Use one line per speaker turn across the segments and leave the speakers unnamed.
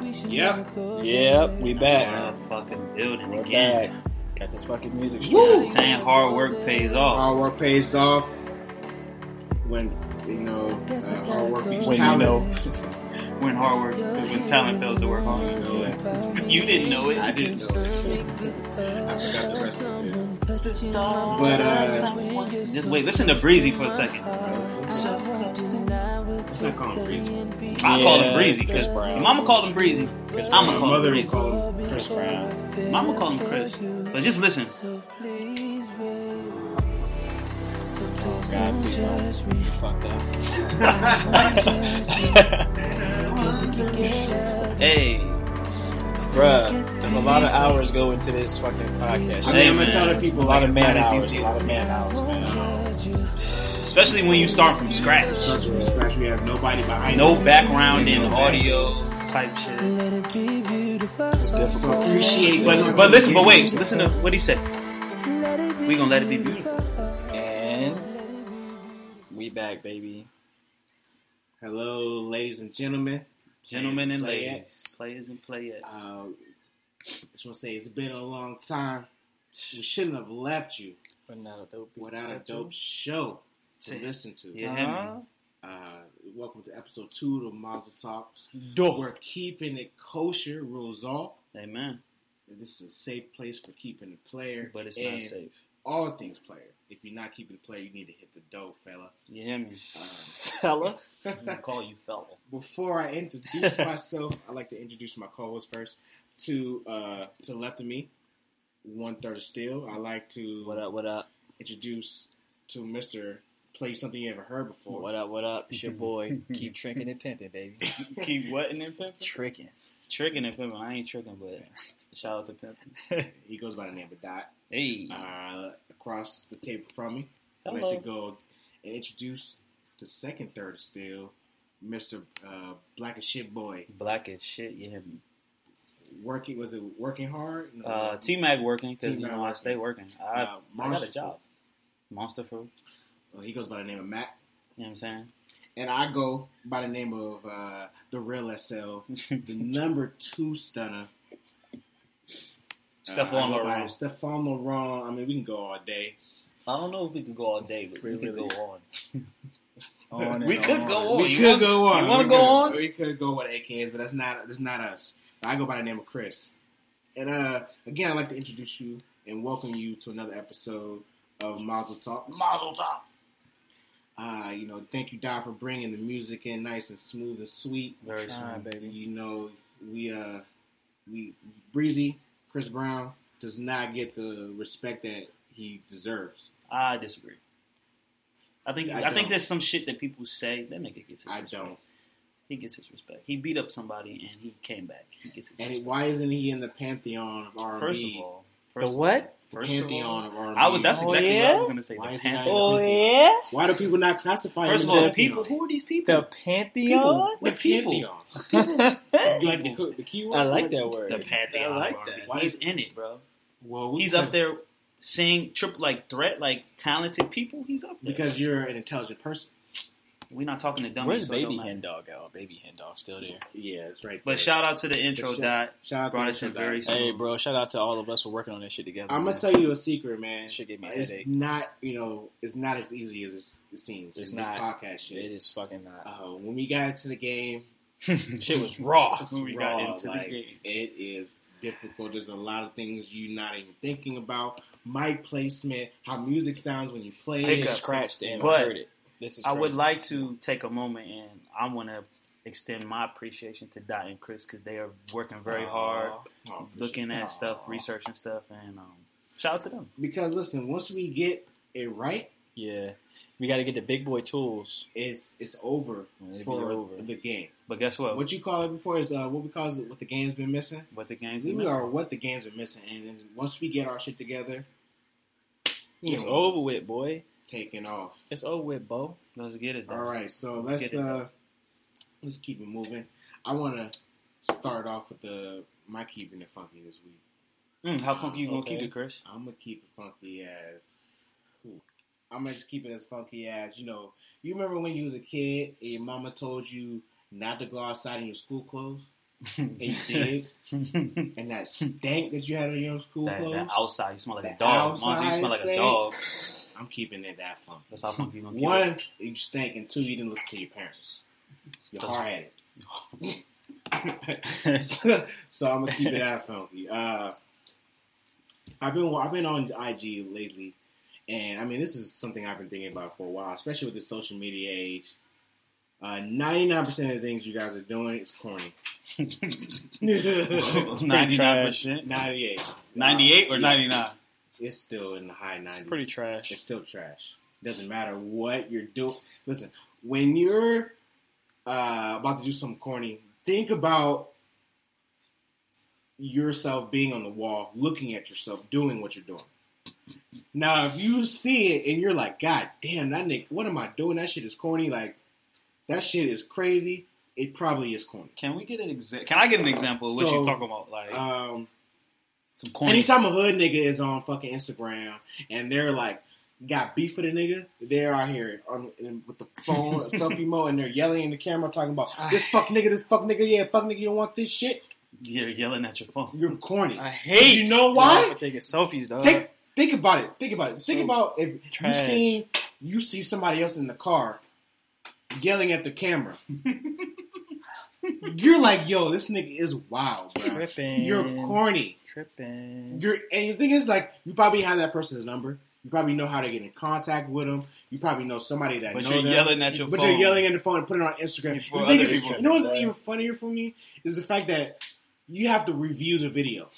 Yep.
Yep, we
Yeah,
back.
fucking building
We're
again.
back. Got this fucking music
You know what I'm
straight.
saying hard work pays off.
Hard work pays off when you know uh, hard work beats
When you
talent.
know,
When hard work, when talent fails to work hard. You didn't know it.
I didn't know. this. I forgot the rest of it. But uh,
Just wait. Listen to Breezy for a second.
what's that called? Breezy?
I call
Yeah,
him Breezy
Chris
because
Brown.
Mama called him Breezy.
My
I'ma call him
mother would
Breezy.
call it
Chris Brown.
Mama called him Chris. But just listen.
God, please don't. Fuck that.
Hey,
Bruh, there's a lot of hours go into this fucking podcast.
I mean, I'm
man.
gonna tell the people
a
like,
lot of
it's
man
not as
hours. A
easy
lot of
as
man hours, man.
especially when you start from scratch,
start from scratch. We have nobody behind.
no
us.
background in audio type shit.
It's
So
difficult.
appreciate.
But but listen. But wait. Listen to what he said. We gonna let it be beautiful.
And we back, baby.
Hello, ladies and gentlemen.
Gentlemen and
Play
ladies,
it.
players and playettes.
Uh, just want to say it's been a long time. We shouldn't have left you
Without a dope.
without a dope show to
To-
listen to.
Yeah,
Uh-huh.
man.
Uh, welcome to episode two of Mazel Talks.
Oh.
Dope.
We're keeping it kosher, rules all.
Amen.
This is a safe place for keeping the player.
But it's
and
not safe.
All things player. If you're not keeping the player, you need to hit the dough, fella.
You hear me?
Fella.
Um,
call you fella.
before I introduce myself, I'd like to introduce my co-host first. To uh, to the left of me, one third of steel. I like to
What up, what up?
introduce to Mister Play something you never heard before.
What up, what up? It's your boy. Keep tricking and pimping, baby.
Keep wetting and pimping?
Tricking.
Tricking and pimping. I ain't tricking, but shout out to pimping.
He goes by the name of Dot.
Hey.
Uh, across the table from me, I'd
Hello.
like to go and introduce the second third of steel, Mister uh, Black as Shit Boy.
Black as shit, you hear me?
Working was it working hard? No.
Uh, T Mag working because you
T-Mag
know I stay working. I,
Uh,
I got
Monster
a job. Monster food.
Uh, he goes by the name of Matt.
You know what I'm saying?
and I go by the name of uh, the real SL, the number two stunner. Uh,
Stuff
I
on
go
the
by
wrong.
Stephon Laurent. I mean, we can go all day.
I don't know if we could go all day, but we,
We
could
really-
go on.
On
We
and
could
on.
go on.
we
Oh, you
could
want-
go on.
you wanna
We
go
could-
on?
We could go with AKs, but that's not that's not us. I go by the name of Chris. And uh, again, I'd like to introduce you and welcome you to another episode of Model Talks.
Mazel tov.
Uh, you know, thank you, Don, for bringing the music in nice and smooth and sweet.
Very
Try,
soon.
baby.
You know, we uh we Breezy, Chris Brown does not get the respect that he deserves.
I disagree. I think
I
I,
don't.
think there's some shit that people say that nigga gets his
I
respect.
don't.
He gets his respect. He beat up somebody and he came back. He gets his
And
respect.
it- why isn't he in the pantheon of R&B?
First of all,
The
first of all-
what?
The
First
pantheon
of all,
of R&B.
I was. That's exactly
Oh,
what I
yeah?
was gonna say.
Why
The
is he not
Pantheon.
Oh,
yeah?
why do people not classify
First
him?
of
in
all, the
pantheon?
people. Who are these
The
people?
Pantheon?
the
the people.
pantheon. Like, the, co- the key word-
I like that word.
The Pantheon.
I like
of
that.
R&B. He's in it, bro.
Well, we
He's
said-
up there seeing trip like threat, like talented people. He's up there.
because you're an intelligent person.
we're not talking to dummies.
Where's
so it don't
Baby
matter.
Hen Dog at? Oh, Baby Hen Dog still there.
Yeah, that's right.
But
there.
shout out to the intro
But shout-
dot.
shout out
brought
to
us in
Mr.
very
Dot.
soon.
Hey, bro, shout out to all of us for working on this shit together.
I'm
man.
gonna tell you a secret, man.
Shit gave me a
it's
headache.
not, you know, it's not as easy as it's- it seems.
It's
in this
not.
podcast shit.
It is fucking not.
Uh, when we got into the game,
shit was raw.
it's
When we got
raw,
into the
like,
game.
it is difficult. There's a lot of things you're not even thinking about. Mic placement, how music sounds when you play
I
Pickup.
it.
just scratched and
But
heard it. This is
I would
crazy.
like to take a moment and I want to extend my appreciation to Dot and Chris because they are working very
Aw.
hard,
Oh, appreciate
looking
it.
at stuff,
Aw.
researching stuff, and um, shout out to them.
Because listen, once we get it right,
Yeah. We got to get the big boy tools.
it's it's over
It'd be
for
over.
the game.
But guess what?
What you call it before is uh, what we call it. What the game's been missing.
what the games
We
is
are what the games are missing, and, and once we get our shit together, you
It's
know,
over with, boy.
taking off.
It's over with, Bo.
Let's get it.
All
All
right, so
Let's
let's
get it.
uh, let's keep it moving. I want to start off with the my keeping it funky this week.
Mm, how funky you gonna
Okay.
keep it, Chris?
I'm gonna keep it funky as. I'm gonna just keep it as funky as you know. You remember when you was a kid and your mama told you not to go outside in your school clothes? and you did, and that stank that you had on your school
that,
clothes,
that outside, you smell like a
That
dog. Monza, you
outside
smell like a
thing.
dog.
I'm keeping it that fun.
That's how funky you gonna keep it.
One, you stank, and two, you didn't listen to your parents. You're
That's-
hard headed. so, I'm gonna keep it that funky. Uh, I've been I've been on IG lately, and I mean this is something I've been thinking about for a while, especially with the social media age. Ninety nine percent of the things you guys are doing is corny.
Ninety-nine percent,
Ninety eight.
ninety-eight or ninety-nine.
It's still in the high
It's
nineties.
pretty trash.
It's still trash. Doesn't matter what you're doing. Listen, when you're uh, about to do something corny, think about yourself being on the wall, looking at yourself, doing what you're doing. Now, if you see it and you're like, God damn, that nigga, what am I doing? That shit is corny. Like, that shit is crazy. It probably is corny.
Can we get an example? Can I get an example of what
So,
you talking about? Like
Um,
some corny.
Anytime a hood nigga is on fucking Instagram and they're like got beef with a nigga, they're out here on, in- with the phone selfie mode and they're yelling in the camera talking about
Ah.
this fuck nigga, this fuck nigga, yeah, fuck nigga, you don't want this shit.
You're yelling at your phone.
You're corny.
I hate.
You know why?
For taking selfies, dog.
Take think about it. Think about it. think
so
about if you
trash.
seen you see somebody else in the car yelling at the camera. You're like, yo, this nigga is wild, bro.
tripping.
You're corny.
Tripping.
You're, and the thing is, like, you probably have that person's number. You probably know how to get in contact with them. You probably know somebody that.
But
know
you're
them.
yelling at your
But
phone.
you're yelling at the phone and putting it on Instagram.
For
The thing is,
other people.
you know what's
Right.
even funnier for me is the fact that you have to review the video.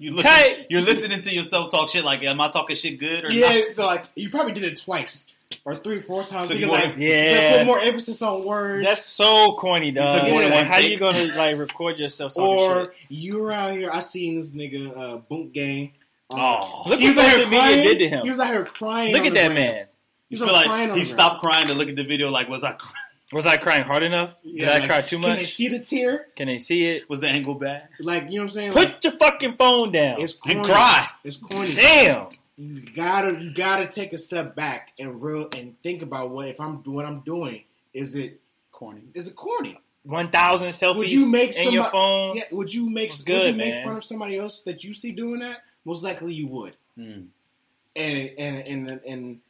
You
Tight.
you're listening to yourself talk shit. Like, am I talking shit good or
yeah, so, like you probably did it twice or three, four times.
Took
Because,
more-
like,
Yeah.
put more emphasis on words.
That's so corny,
It's
dog.
a
more than
Like,
one
how
take.
you gonna like record yourself talking
or
shit?
you're out here. I seen this nigga uh, Boot Gang. Um,
Oh.
Look
he
what
was out
social
here
media
crying.
did to him.
He was out here crying.
Look
on
at
the
that
ground.
man.
He was
You feel
crying
like
on
he
the ground.
stopped crying to look at the video. Like, was I? Crying?
Was I crying hard enough?
Yeah,
Did I
like,
cry too much?
Can they see the tear?
it?
Was the angle bad?
Like you know what I'm saying? Like,
Put your fucking phone down.
it's corny.
And cry.
It's corny.
Damn.
You gotta you gotta take a step back and real and think about what if I'm what I'm doing is it
Corny.
is it corny?
One thousand selfies
Would you make
in your
somebody-
phone.
Yeah, would you make
Oh. It's
would
good,
you make
man.
fun of somebody else that you see doing that? Most likely you would.
Mm.
And and and and,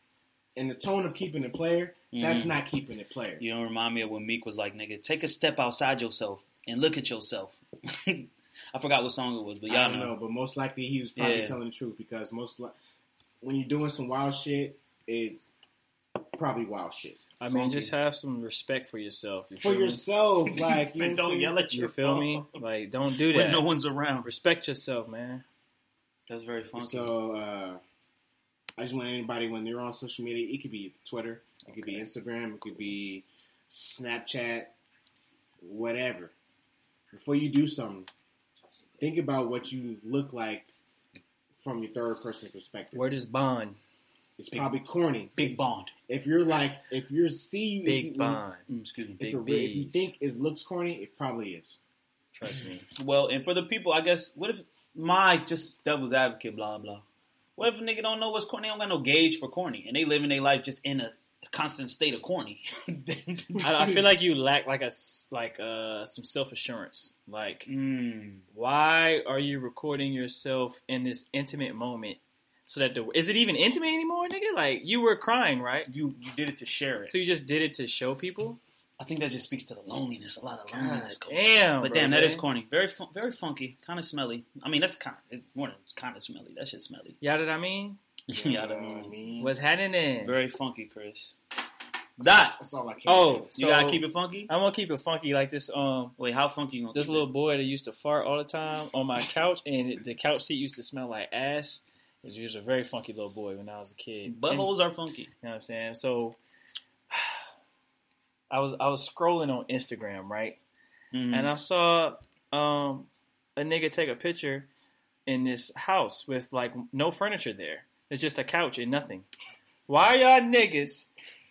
and, the tone of keeping it player, that's
Mhm.
Mm-hmm. Mm.
not keeping it player.
You don't remind me of when Meek was like, "Nigga, take a step outside yourself and look at yourself." I forgot what song it was, but
I
y'all
don't
know.
know, but most likely he was probably
Yeah.
telling the truth because most li- when you're doing some wild shit, it's probably wild shit.
I mean,
Funky.
just have some respect for yourself. You
for
feel me?
yourself. Like, you know
And
what I'm
don't
saying?
yell at
You
your
feel
phone.
me? Like, don't do
When
that.
no one's around.
respect yourself, man.
That's very funky.
So, uh, I just want anybody when they're on social media, it could be Twitter, it could be
Okay.
Instagram, it could be Snapchat, whatever. Before you do something, think about what you look like from your third person perspective.
Where does Bond?
Mm-hmm. It's probably corny.
Big Bond.
If you're like, if you're see, if you-
Big Bond.
Mm, excuse me.
If,
Big
it re- if you
Bs.
think it looks corny, it probably is.
Trust me.
Well, and for the people, I guess, what if my just devil's advocate, blah blah. What if a nigga don't know what's corny? They don't got no gauge for corny, and they living their life just in a constant state of corny.
I, I feel like you lack like a s- like uh some self assurance. Like,
Mm.
why are you recording yourself in this intimate moment? So that the is it even intimate anymore, nigga? Like, you were crying, right?
You you did it to share it.
So you just did it to show people.
I think that just speaks to the loneliness. A lot of
God
loneliness. going on.
damn.
But
bro,
damn, that is
Zay.
corny. Very fun, very funky. Kind of smelly. I mean, that's kind. Of, it's more than kind of smelly. That shit's smelly.
Y'all know what I mean?
yeah,
You
I
know
mean,
what I mean?
What's happening?
very funky, Chris. That
That's all I can.
Oh,
you
so
gotta keep it funky.
I'm gonna keep it funky like this. Um,
Wait, how funky you gonna?
this
keep
little
it?
boy that used to fart all the time on my couch, and it, the couch seat used to smell like ass. He was- He was a very funky little boy when I was a kid. And-
buttholes are funky.
You know what I'm saying? So I was I was scrolling on Instagram, right?
Mhm.
And I saw um, a nigga take a picture in this house with like no furniture there. It's just a couch and nothing. Why y'all niggas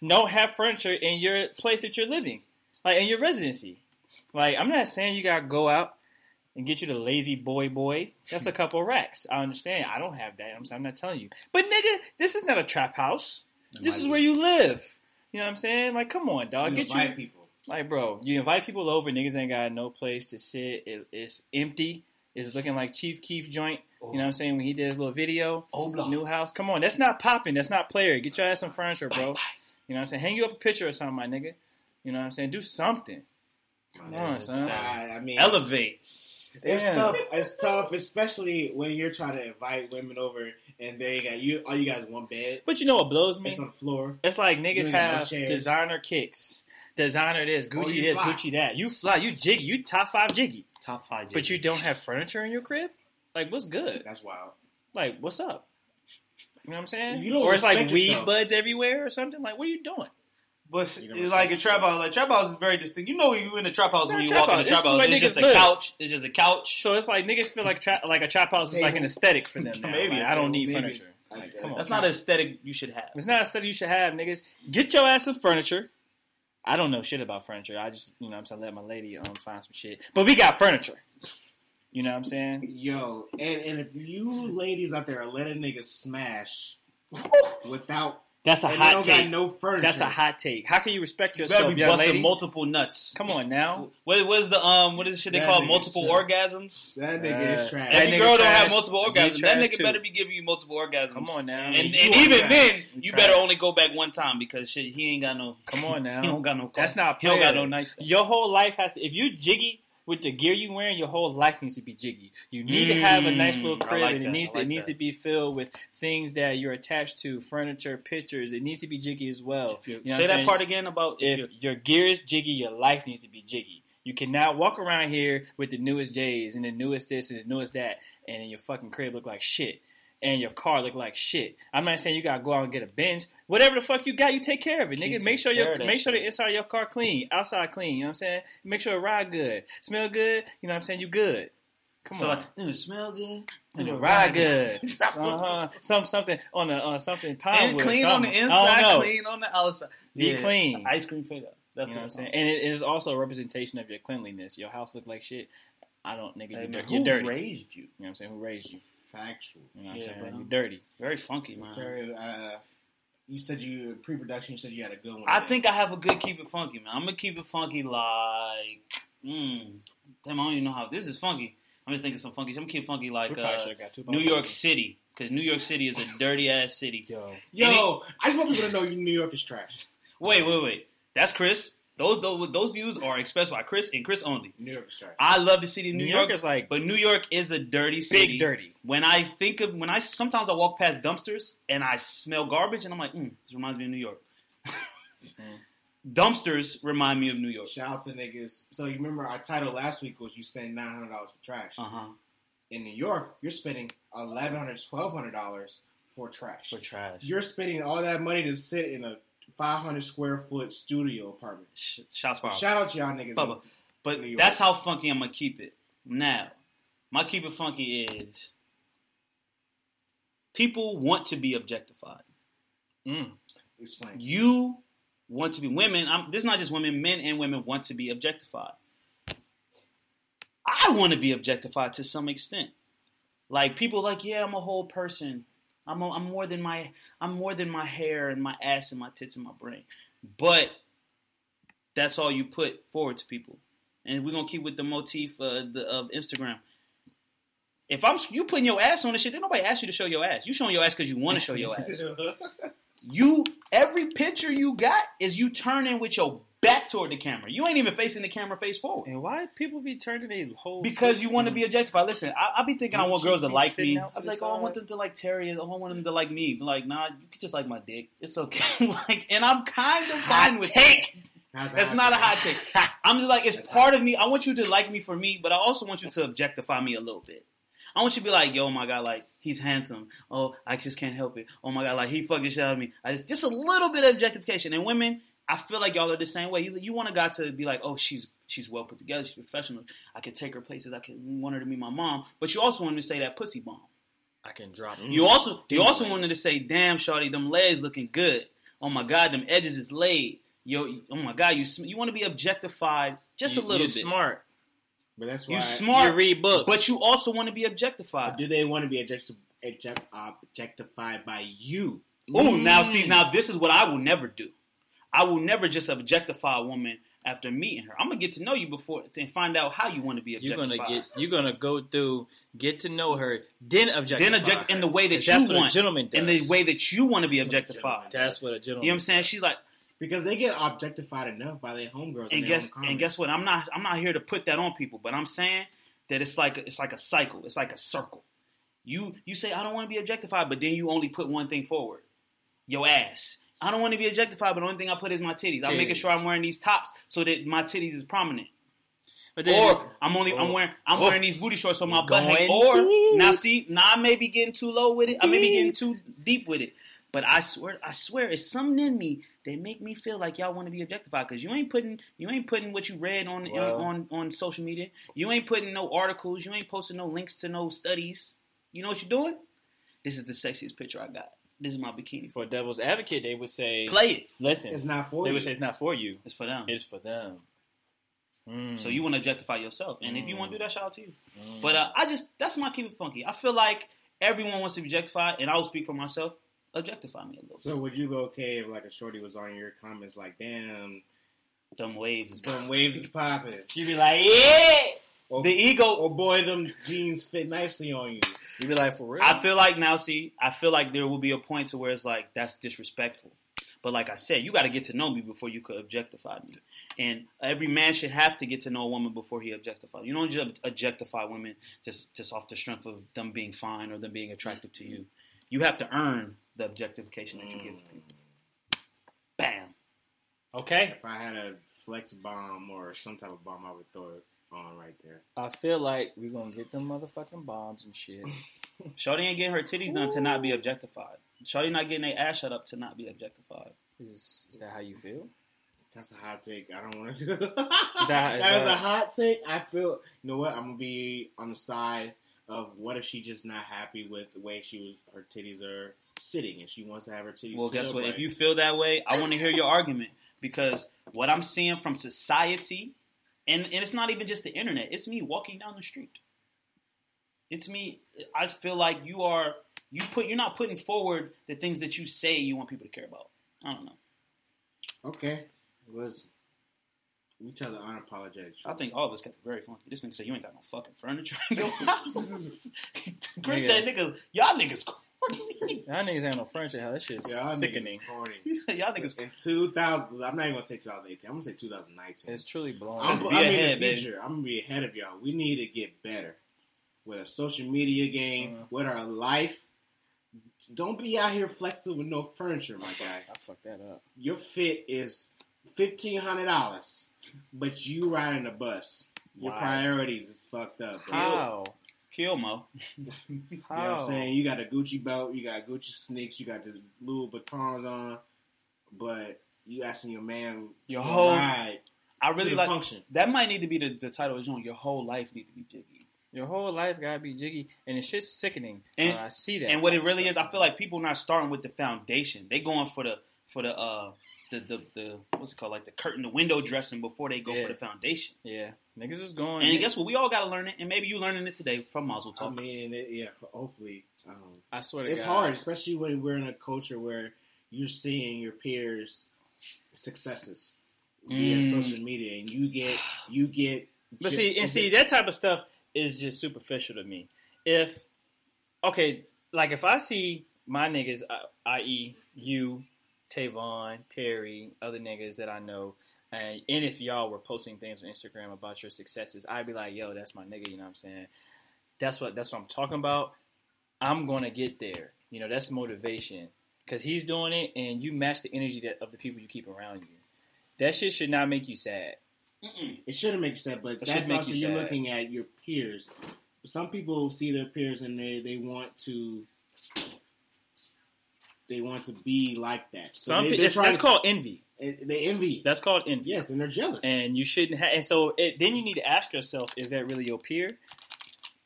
don't have furniture in your place that you're living? Like in your residency. Like I'm not saying you gotta go out and get you the lazy boy boy. That's a couple racks. I understand. I don't have that. I'm, I'm not telling you. But nigga, this is not a trap house. This is where you live. You know what I'm saying? Like, come on, dog.
You
Get
invite
you
people.
Like, bro, you invite people over, niggas ain't got no place to sit. It, it's empty. It's looking like Chief Keef joint. You know what I'm saying? When he did his little video,
Oh, blah.
new house. Come on, that's not popping. That's not player. Get your ass some furniture, bro. You know what I'm saying? Hang you up a picture or something, my nigga. You know what I'm saying? Do something.
My
Come on,
nigga,
son.
I, I mean,
Elevate.
It's
Damn.
tough. It's tough, especially when you're trying to invite women over and they got you. All you got is one bed.
But you know what blows me?
It's on the floor.
It's like niggas
Niggas
have
got chairs.
designer kicks, designer this, Gucci
Oh, you
this,
fly.
Gucci that. You fly, you jiggy, you top five jiggy,
Top five.
but you
JV.
don't have furniture in your crib. Like, what's good?
That's wild.
Like, what's up? You know what I'm saying?
You don't
or it's like
respect
weed
yourself.
buds everywhere or something. Like, what are you doing?
But
You know what
it's like
I'm
a trap house. Like trap house is very distinct. You know, you in a trap house
It's
when
not
you
trap
walk in a
house.
trap
This is
house.
where
It's
niggas
just a
live.
couch. It's just a couch.
So it's like niggas feel like tra- like a trap house is like an
Maybe.
aesthetic for them. Now.
Maybe.
Like, I don't need
Maybe.
furniture. Like, come on.
That's not an aesthetic you should have.
It's not a study you should have, niggas. Get your ass some furniture. I don't know shit about furniture. I just, you know what I'm saying, let my lady um find some shit. But we got furniture. You know what I'm saying?
Yo, and, and if you ladies out there are letting niggas smash without
That's a
and they
hot
don't
take.
got no furniture,
That's a hot take. How can you respect
You better
yourself,
be
young
busting
lady?
multiple nuts.
Come on now.
What was the um? What is the shit they
That
call
nigga's
multiple
trash.
orgasms?
That nigga
Uh,
is trash.
That
Every
nigga
girl don't
trash.
have multiple
He
orgasms. That
trash
nigga
too.
better be giving you multiple orgasms.
Come on now.
And,
You
and
are
even
trash.
then,
You
you
trash.
better only go back one time because shit, he ain't got no.
Come on now.
He don't got no.
That's
car.
not
He don't got
fair.
no nice. Stuff.
Your whole life has to if you jiggy with the gear you wearing, your whole life needs to be jiggy. You need to have a nice
Mm,
little
I
crib
like
and it
that,
needs
I
to, it
like
needs
that.
to be filled with things that you're attached to, furniture, pictures. It needs to be jiggy as well.
If you-
You know what
say
I'm
that
saying?
part again about if,
if your gear is jiggy, your life needs to be jiggy. You cannot walk around here with the newest J's and the newest this and the newest that, and your fucking crib look like shit, and your car look like shit. I'm not saying you gotta go out and get a Benz. Whatever the fuck you got, you take care of it,
You
nigga.
take
Make sure
care
your
of that
make sure the
shit.
inside of your car clean, outside clean. You know what I'm saying? Make sure it ride good, smell good. You know what I'm saying? You good. Come
feel
on,
like mm, it smell good
and it
Mm,
ride good.
That's what-
Uh-huh. Some something on the on something pine
And
wood.
clean on the
something. I don't
inside,
know.
clean on the outside.
Be clean.
Ice cream fade up. That's
you know what I'm saying?
saying.
And it is also a representation of your cleanliness. Your house look like shit. I don't, nigga,
Hey,
you
man,
dirty.
who
You're dirty. You
raised you?
know what I'm saying? Who raised you?
Factual.
You know what
Yeah,
I'm
but
saying? You
I'm-
dirty.
Very funky,
So,
man.
Terry, uh, you said you pre-production. You said you had a good one.
I think I have a good keep it funky, man. I'm gonna keep it funky like, mm, damn, I don't even know how this is funky. I'm just thinking some funky. shit. I'm gonna keep it funky
We
like
probably
uh,
should've got two
New York
bottles.
City, because New York City is a dirty ass city.
Yo.
Yo, I just want people to know you New York is trash.
Wait, wait, wait. That's Chris. Those those, those views are expressed by Chris and Chris only.
New York is trash.
I love the city of
New,
New,
York,
York,
is like
but New York is a dirty city.
big dirty.
when I think of when I sometimes I walk past dumpsters and I smell garbage and I'm like, mm, this reminds me of New York. Mm-hmm. Dumpsters remind me of New York.
Shout out to niggas. So you remember our title last week was you spend nine hundred dollars for trash.
Uh huh.
In New York, you're spending eleven hundred, twelve hundred dollars for trash.
For trash.
You're spending all that money to sit in a five hundred square foot studio apartment.
Sh- Shots fired.
Shout out to y'all niggas.
Bubba. But
New York.
that's how funky I'm gonna keep it. Now, my keep it funky is people want to be objectified.
Mm.
Explain.
You want to be women. I'm, this is not just women. Men and women want to be objectified. I want to be objectified to some extent. Like people, like yeah, I'm a whole person. I'm a, I'm more than my I'm more than my hair and my ass and my tits and my brain. But that's all you put forward to people. And we're gonna keep with the motif uh, the, of Instagram. If I'm you putting your ass on the shit, then nobody asked you to show your ass. You showing your ass because you want to show your ass. You every picture you got is you turning with your back toward the camera. You ain't even facing the camera face forward
And why people be turning their whole
because you want to be objectified. Listen, I, I be thinking I want girls to like me.
Out to
I'm
the
like, oh, I want
side.
them to like Terry. I want them to like me. But like, nah, you can just like my dick. It's okay. like, and I'm kind of
Hot
fine with
take.
that.
How's that
That's not a hot
happen?
take. I'm just like, it's
That's
part of me. I want you to like me for me, but I also want you to objectify me a little bit. I want you to be like, yo, my God, like he's handsome. Oh, I just can't help it. Oh my God, like he fucking shot at me. I just just a little bit of objectification. And women, I feel like y'all are the same way. You, you want a guy to be like, oh, she's she's well put together, she's professional. I can take her places. I can want her to be my mom, but you also want her to say that pussy bomb.
I can drop
Mm.
you.
You also you
Damn.
also wanted to say, "Damn, Shawty, them legs looking good. Oh my God, them edges is laid. Yo, oh my God, you sm- you want to be objectified just a
You-
little
you
bit.
smart.
But that's why.
You
You
smart,
read books.
but you also want to be
But
objectified.
do they want to be object- object- objectified by you?
Mm.
Oh, now see, now this is what I will never do. I will never just objectify a woman after meeting her. I'm gonna get to know you before and find out how you want to be
You're
objectified.
gonna get. You're gonna go through, get to know her, then objectify.
then object
her.
in the way that
that's
you
what
want,
a gentleman does.
in the way that you want to be objectified.
That's what a gentleman.
You know what I'm saying? She's like,
because they get objectified enough by their homegirls.
and
their
guess
own comments.
and guess what? I'm not I'm not here to put that on people, but I'm saying that it's like it's like a cycle. It's like a circle. You you say I don't want to be objectified, but then you only put one thing forward. Your ass. I don't want to be objectified, but the only thing I put is my titties. I'm making
Titties.
sure I'm wearing these tops so that my titties is prominent.
But then-
Or I'm only I'm
Oh.
wearing I'm
Oh.
wearing these booty shorts on my
You're
butt. hang-
going
Or
deep.
now see now I may be getting too low with it. I may be getting too deep with it. But I swear I swear it's something in me that make me feel like y'all want to be objectified because you ain't putting you ain't putting what you read on,
Well.
on on social media. You ain't putting no articles. You ain't posting no links to no studies. You know what you're doing? This is the sexiest picture I got. This is my bikini.
for devil's advocate, they would say,
Play it.
it's
"Listen,
not for
they
you.
would say it's not for you.
It's for them.
It's for them." Mm.
So you want to objectify yourself, and if you
Mm.
want to do that, shout out to you.
Mm.
But uh, I just that's my keep it funky. I feel like everyone wants to be objectified, and I will speak for myself. Objectify me a little.
so would you be okay if like a shorty was on your comments like, "Damn,
Dumb waves.
them waves is popping,"
you be like, "Yeah."
or,
The ego.
or "Boy, them jeans fit nicely on you."
You be like, "For real."
I feel like now. See, I feel like there will be a point to where it's like that's disrespectful. But like I said, you got to get to know me before you could objectify me. And every man should have to get to know a woman before he objectifies. You don't just objectify women just just off the strength of them being fine or them being attractive to you. You have to earn the objectification that you give to people. Bam.
okay.
If I had a flex bomb or some type of bomb, I would throw it on right there.
I feel like we're gonna get them motherfucking bombs and shit.
Shorty ain't getting her titties done to not be objectified. Shorty not getting their ass shut up to not be objectified.
Is, is that how you feel?
That's a hot take. I don't want to do
That-
that was a
that-
hot take. I feel. You know what? I'm gonna be on the side of what if she just not happy with the way she was, her titties are sitting, and she wants to have her titties.
Well,
sit
guess what?
upright.
If you feel that way, I want to hear your argument because what I'm seeing from society, and, and it's not even just the internet, it's me walking down the street. It's me. I feel like you are you put you're not putting forward the things that you say you want people to care about. I don't know.
okay, listen. We tell the unapologetic
I
truth.
think all of us got very funky. This nigga said you ain't got no fucking furniture in your house. Chris
Nigga.
said, "Nigga, y'all niggas corny."
Y'all niggas ain't no furniture. Hell, that shit's
Y'all niggas
sickening.
is corny.
He said, y'all niggas
In 2000, I'm not even gonna say 2018. I'm gonna say 2019.
It's truly
I'm,
blowing.
Be
I'm in
ahead,
the
baby.
future. I'm gonna be ahead of y'all. We need to get better with our social media game,
Uh-huh.
Mhm.
with our life. Don't be out here flexing with no furniture, my guy.
I fucked that up.
Your fit is fifteen hundred dollars, but you riding a bus. Your
Wow.
priorities is fucked up. Bro.
How?
You
How?
kill Mo.
How?
know what I'm saying? You got a Gucci belt, you got Gucci sneaks, you got this blue batons on, but you asking your man
Your
for a
whole-
ride
I
to
really
the
like
function.
that. Might need to be the, the title of the joint. Your whole life need to be jiggy.
Your whole life gotta be jiggy, and it's shit's sickening.
And-
Uh, I see that.
And what it really is, I feel like people not starting with the foundation. They going for the for the uh the the, the what's it called like the curtain the window dressing before they go
Yeah. Oh,
for the foundation.
yeah, niggas is going.
And guess what? We all got to learn it, and maybe you learning it today from Mazel
I
Talk.
mean, it, yeah. Hopefully, um,
I swear to
it's
God,
hard, especially when we're in a culture where you're seeing your peers' successes via
Mm.
social media, and you get you get.
But see, and see, that type of stuff is just superficial to me. If okay, like if I see my niggas, uh, I- i.e., you, Tavon, Terry, other niggas that I know, and, and if y'all were posting things on Instagram about your successes, I'd be like, "Yo, that's my nigga." You know what I'm saying? That's what that's what I'm talking about. I'm gonna get there. You know, that's motivation because he's doing it, and you match the energy that of the people you keep around you. That shit should not make you sad.
Mm-mm.
it shouldn't make you sad, but
It
that's
should make
also
you
you're
sad.
looking at your peers. Some people see their peers and they they want to. They want to be like that. So
Some
they,
pe-
they're
it's,
trying-
that's called envy.
They envy.
That's called envy.
Yes, and they're jealous.
And you shouldn't. Ha- and so it, then you need to ask yourself: Is that really your peer?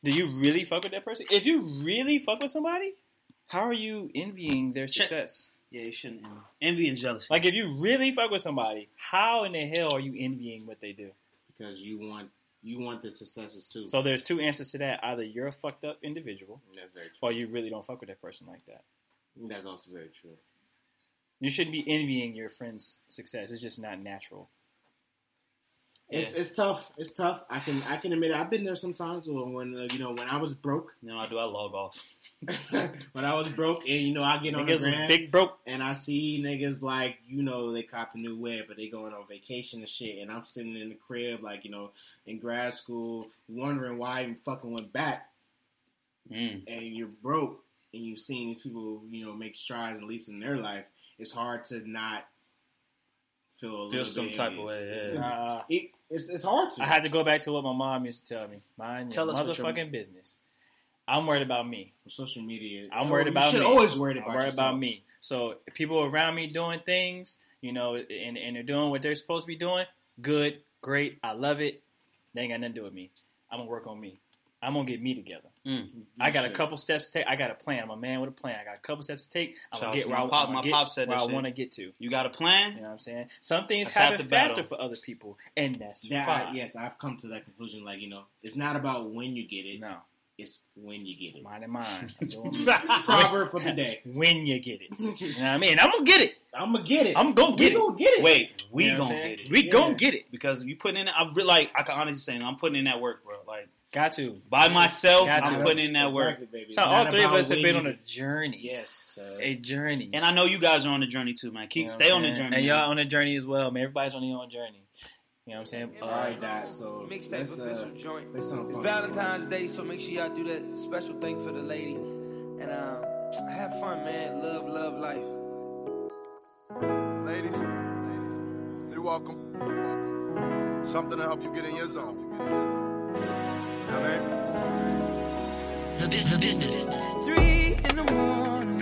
Do you really fuck with that person? If you really fuck with somebody, how are you envying their
Check.
success?
Yeah, you shouldn't envy. envy and jealousy.
Like, if you really fuck with somebody, how in the hell are you envying what they do?
because you want you want the successes too.
So there's two answers to that: either you're a fucked up individual,
that's very true.
or you really don't fuck with that person like that.
That's also very true.
You shouldn't be envying your friend's success. It's just not natural.
It's, it's tough. It's tough. I can I can admit it. I've been there sometimes when, when uh, you know when I was broke,
You know, I do. I log off.
when I was broke, and you know I get on the
Niggas was
gram
big broke.
and I see niggas like you know they cop the new web, but they going on vacation and shit, and I'm sitting in the crib like you know in grad school wondering why I even fucking went back,
Mm.
and you're broke and you've seen these people you know make strides and leaps in their life. It's hard to not feel a little
Feel
bit
some type of
envious.
way,
It's-
yeah.
it's-
Nah.
it- it's, it's hard to.
I had to go back to what my mom used to tell me. Mind
Tell
your
us what your-
motherfucking business. I'm worried about me.
social media.
I'm worried about
you should
me.
always worried
I'm
about.
worried
yourself.
about me. So people around me doing things, you know, and, and they're doing what they're supposed to be doing. Good, great, I love it. They ain't got nothing to do with me. I'm gonna work on me. I'm gonna get me together.
You
I got a
should.
couple steps to take. I got a plan. I'm a man with a plan. I got a couple steps to take. I'm
Shout out
gonna get
to
where
my
I,
pop.
I'm
My
gonna get
pop said
where
that
I
shit.
want to get to.
You got a plan?
You know what I'm saying? Some things
That's half
happen
the battle.
faster for other people, and that's
That I,
fine.
yes, I've come to that conclusion. Like you know, it's not about when you get it;
No,
it's when you get it.
mine and mine. I'm doing me.
Proverb for the day.
when you get it. You know what I mean? I'm gonna get it.
I'm gonna get it.
I'm gonna
we
get it.
gonna get it.
Wait, we
You know what
gonna
I'm saying?
get it
We
Yeah.
gonna get it.
because you putting in. I'm re- like I can honestly say I'm putting in that work, bro. Like
Got to.
by myself,
Got
I'm
you.
putting in that
Exactly,
work.
baby.
So
It's
all
not
three of
about
us have
when
been
you
on a
get
journey.
Yes, sir.
a journey.
And I know you guys are on the journey too, man.
You
Keep
know
stay
what
on
I'm
the
saying?
journey.
And
man.
y'all on a journey as well, man. Everybody's on their own journny. You know what I'm saying? Uh,
All right, Doc, so
Mixtape
let's, uh,
official joint.
play something
It's
funky for us.
Valentine's Day, so make sure y'all do that special thing for the lady. And um, have fun, man. Love, love life.
Ladies, ladies, you're welcome. You're welcome. Something to help you get in your zone. You know what I mean?
The business. The business.
Three in the morning,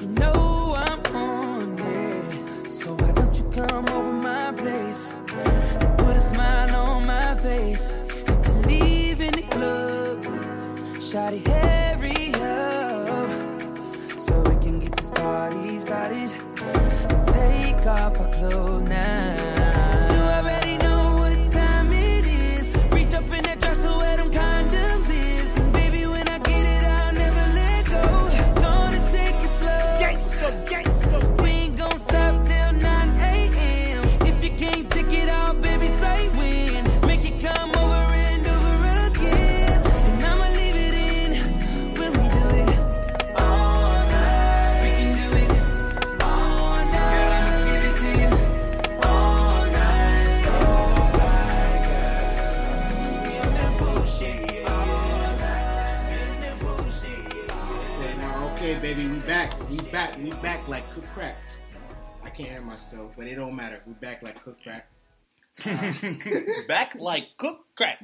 you know I'm on it. So why don't you come over my place? and Put a smile on my face. And then leave in the club, shawty, hurry up. So we can get this party started and take off our clothes now. You already know what time it is. Reach up in that dresser where them condoms is. And baby, when I get it, I'll never let go. Gonna take it slow. We ain't gonna stop till 9 a.m. If you can't take it out, baby, say when. Make it come over and over again. And I'ma leave it in when we do it all night. We can do it all night. Girl, I'ma give it to you all night. So fly, girl. She be on that bullshit, yeah, yeah. She be on that bullshit, yeah, yeah.
Okay, now, okay, baby, we back. We back. We back like cook crack. I can't hear myself, but it don't matter. We back like cook crack.
back like cook crack.